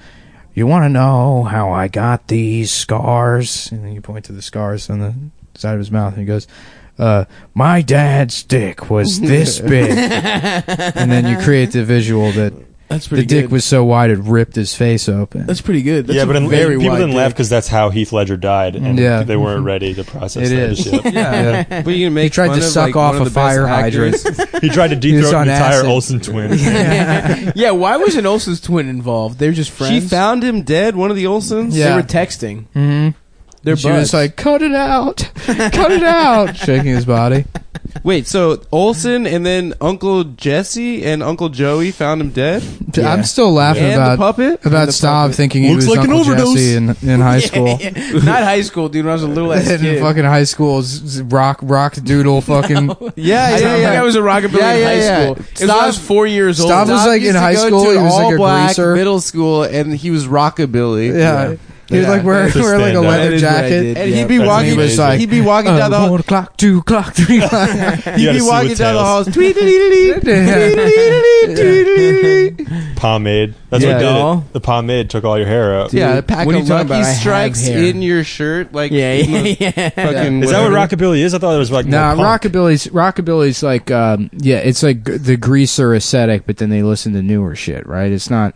S1: "You want to know how I got these scars?" And then you point to the scars on the side of his mouth, and he goes, uh, "My dad's dick was this big," and then you create the visual that
S4: That's
S1: the
S4: pretty
S1: dick
S4: good.
S1: was so wide it ripped his face open.
S4: That's pretty good. That's
S3: yeah, but
S4: a
S3: in,
S4: very
S3: people
S4: wide
S3: didn't
S4: dick.
S3: laugh because that's how Heath Ledger died, and
S1: Yeah.
S3: they weren't ready to process
S1: It
S3: that
S1: is.
S3: shit.
S2: Yeah. But you can make
S1: tried
S2: fun
S1: to
S2: of,
S1: suck
S2: like,
S1: off
S2: one of
S1: a
S2: the best
S1: fire
S2: actors.
S3: He tried to
S1: He
S3: deep
S1: was
S3: throat
S1: on
S3: the entire
S1: acid.
S3: Olsen twin.
S4: yeah, why was an Olsen's twin involved? They're just
S2: She
S4: friends.
S2: found him dead. One of the Olsons.
S1: Yeah.
S4: They were texting.
S1: Mm-hmm.
S4: They're
S1: she was
S4: buds.
S1: like, "Cut it out, cut it out," shaking his body.
S2: Wait, so Olson and then Uncle Jesse and Uncle Joey found him dead,
S4: Yeah.
S1: I'm still laughing
S2: and
S1: about
S2: the puppet.
S1: about
S2: And the
S1: Stav
S2: puppet.
S1: thinking he
S3: Looks
S1: was
S3: like an
S1: Uncle
S3: overdose.
S1: Jesse in, in high
S4: Yeah,
S1: school.
S4: yeah. Not high school, dude. When I was a little ass
S1: And in
S4: kid.
S1: fucking high school, z- z- rock rock doodle fucking.
S2: Yeah,
S4: I
S2: yeah,
S4: think
S2: yeah.
S4: I was a rockabilly
S2: Yeah,
S4: in
S2: yeah,
S4: high
S2: yeah.
S4: school. It was when I was
S2: Stav-
S4: four years old.
S1: Stav was like
S2: used
S1: in
S2: to
S1: high
S2: go
S1: school,
S2: to
S1: he was like a
S2: all black
S1: greaser.
S2: middle school, and he was rockabilly.
S1: Yeah, he was
S4: Yeah.
S1: like wearing,
S3: Just
S1: wearing like a
S3: stand up.
S1: leather
S4: That is what I did.
S1: jacket.
S2: And
S4: Yeah,
S2: he'd be
S3: that's
S2: walking.
S1: amazing.
S2: he'd be walking down the
S1: Uh,
S2: hall.
S1: one o'clock, two o'clock, three o'clock.
S3: You
S2: He'd
S3: gotta
S2: be
S3: see
S2: walking
S3: what
S2: down the
S3: tails.
S2: halls. Tweet-a-dee-dee-dee, tweet-a-dee-dee-dee, tweet-a-dee-dee-dee.
S3: pomade. That's
S2: Yeah.
S3: what did
S4: Doll.
S3: it. The pomade took all your hair out.
S2: Yeah, a pack
S4: what are you
S2: of
S4: talking
S2: lucky
S4: about? I have
S2: strikes
S4: hair.
S2: in your shirt, like
S4: Yeah,
S2: in the
S4: yeah, yeah.
S2: Fucking
S3: Is that what
S2: whatever.
S3: rockabilly is? I thought it was like
S1: Nah,
S3: more punk.
S1: rockabilly's rockabilly's like um, yeah, it's like g- the greaser aesthetic, but then they listen to newer shit, right? It's not,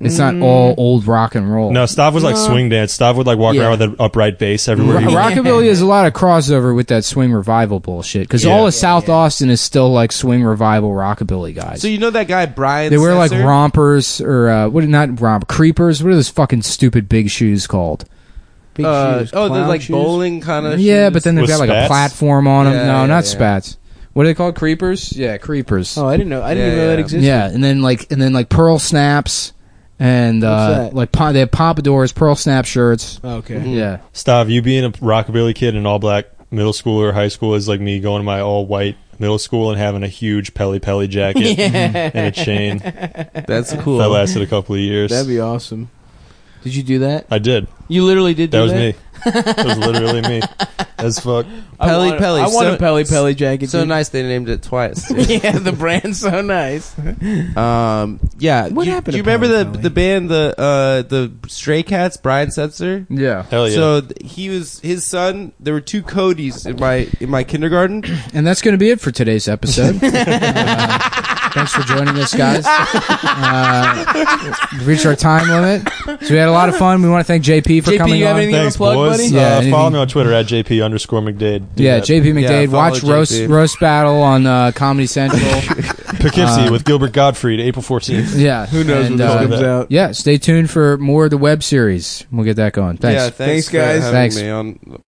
S1: it's not all old rock and roll.
S3: No, Stav was like
S4: No.
S3: swing dance. Stav would like walk
S4: Yeah.
S3: around with an upright bass everywhere.
S1: Ro-
S3: he went.
S1: rockabilly is a lot of crossover with that swing revival bullshit because
S3: Yeah.
S1: all
S3: Yeah,
S1: of South Austin is still like swing revival rockabilly guys.
S2: So you know that guy Brian?
S1: they wear like
S2: Setzer?
S1: rompers or uh, what? Not romp creepers. What are those fucking stupid big shoes called?
S4: Big
S2: Uh,
S4: shoes,
S2: oh, they're
S4: clown
S2: like
S4: shoes.
S2: bowling kind of.
S1: Yeah, but then they've
S3: With
S1: got like a
S3: spats?
S1: platform on them.
S2: Yeah,
S1: no,
S2: yeah,
S1: not
S2: yeah.
S1: spats. What are they called? Creepers? Yeah, creepers.
S4: Oh, I didn't know. I didn't
S2: Yeah,
S4: even know
S2: yeah.
S4: that existed.
S1: yeah, and then like and then like pearl snaps and
S4: What's
S1: uh,
S4: that? Mm-hmm.
S1: like po- they have pompadours, pearl snap shirts.
S4: Okay.
S2: Mhm.
S1: Yeah, Mm-hmm.
S3: Stav, you being a rockabilly kid in all black middle school or high school is like me going to my all white middle school and having a huge pelly pelly jacket and a chain
S2: That's cool.
S3: that lasted a couple of years.
S4: That'd be awesome. Did you do that?
S3: I did.
S4: You literally did.
S3: That
S4: do
S3: was
S4: that?
S3: me. That was literally me. As fuck.
S4: I
S2: Pelly
S4: want-
S2: Pelly.
S4: I want
S2: So-
S4: a pelly pelly jacket.
S2: so
S4: dude.
S2: nice they named it twice.
S4: yeah, the brand's so nice.
S2: um, yeah.
S4: What
S2: you,
S4: happened
S2: Do you
S4: to
S2: remember
S4: Pelly
S2: the
S4: Pelly?
S2: the band the uh the Stray Cats Brian Setzer?
S1: yeah.
S3: Hell yeah.
S2: So th- he was his son. There were two Codys in my in my kindergarten.
S1: And that's going to be it for today's episode. Uh, Thanks for joining us, guys. Uh, we reached our time limit, so we had a lot of fun. We want to thank JP for
S4: JP,
S1: coming
S4: you have
S1: on.
S4: anything-
S3: Thanks,
S4: plug,
S3: boys.
S4: buddy?
S3: Uh,
S1: Yeah, anything-
S3: follow me on Twitter at jp underscore mcdade. Do
S1: yeah,
S3: that.
S1: JP McDade.
S2: follow
S1: Watch roast
S2: JP.
S1: roast battle on uh, Comedy Central.
S3: Poughkeepsie
S1: uh,
S3: with Gilbert Gottfried, April fourteenth.
S1: yeah,
S4: Who knows
S1: and,
S4: when this
S1: uh,
S4: comes out?
S1: Yeah, stay tuned for more of the web series. We'll get that going. Thanks.
S2: Yeah, thanks,
S4: Thanks, guys.
S2: For having
S1: Thanks.
S2: me on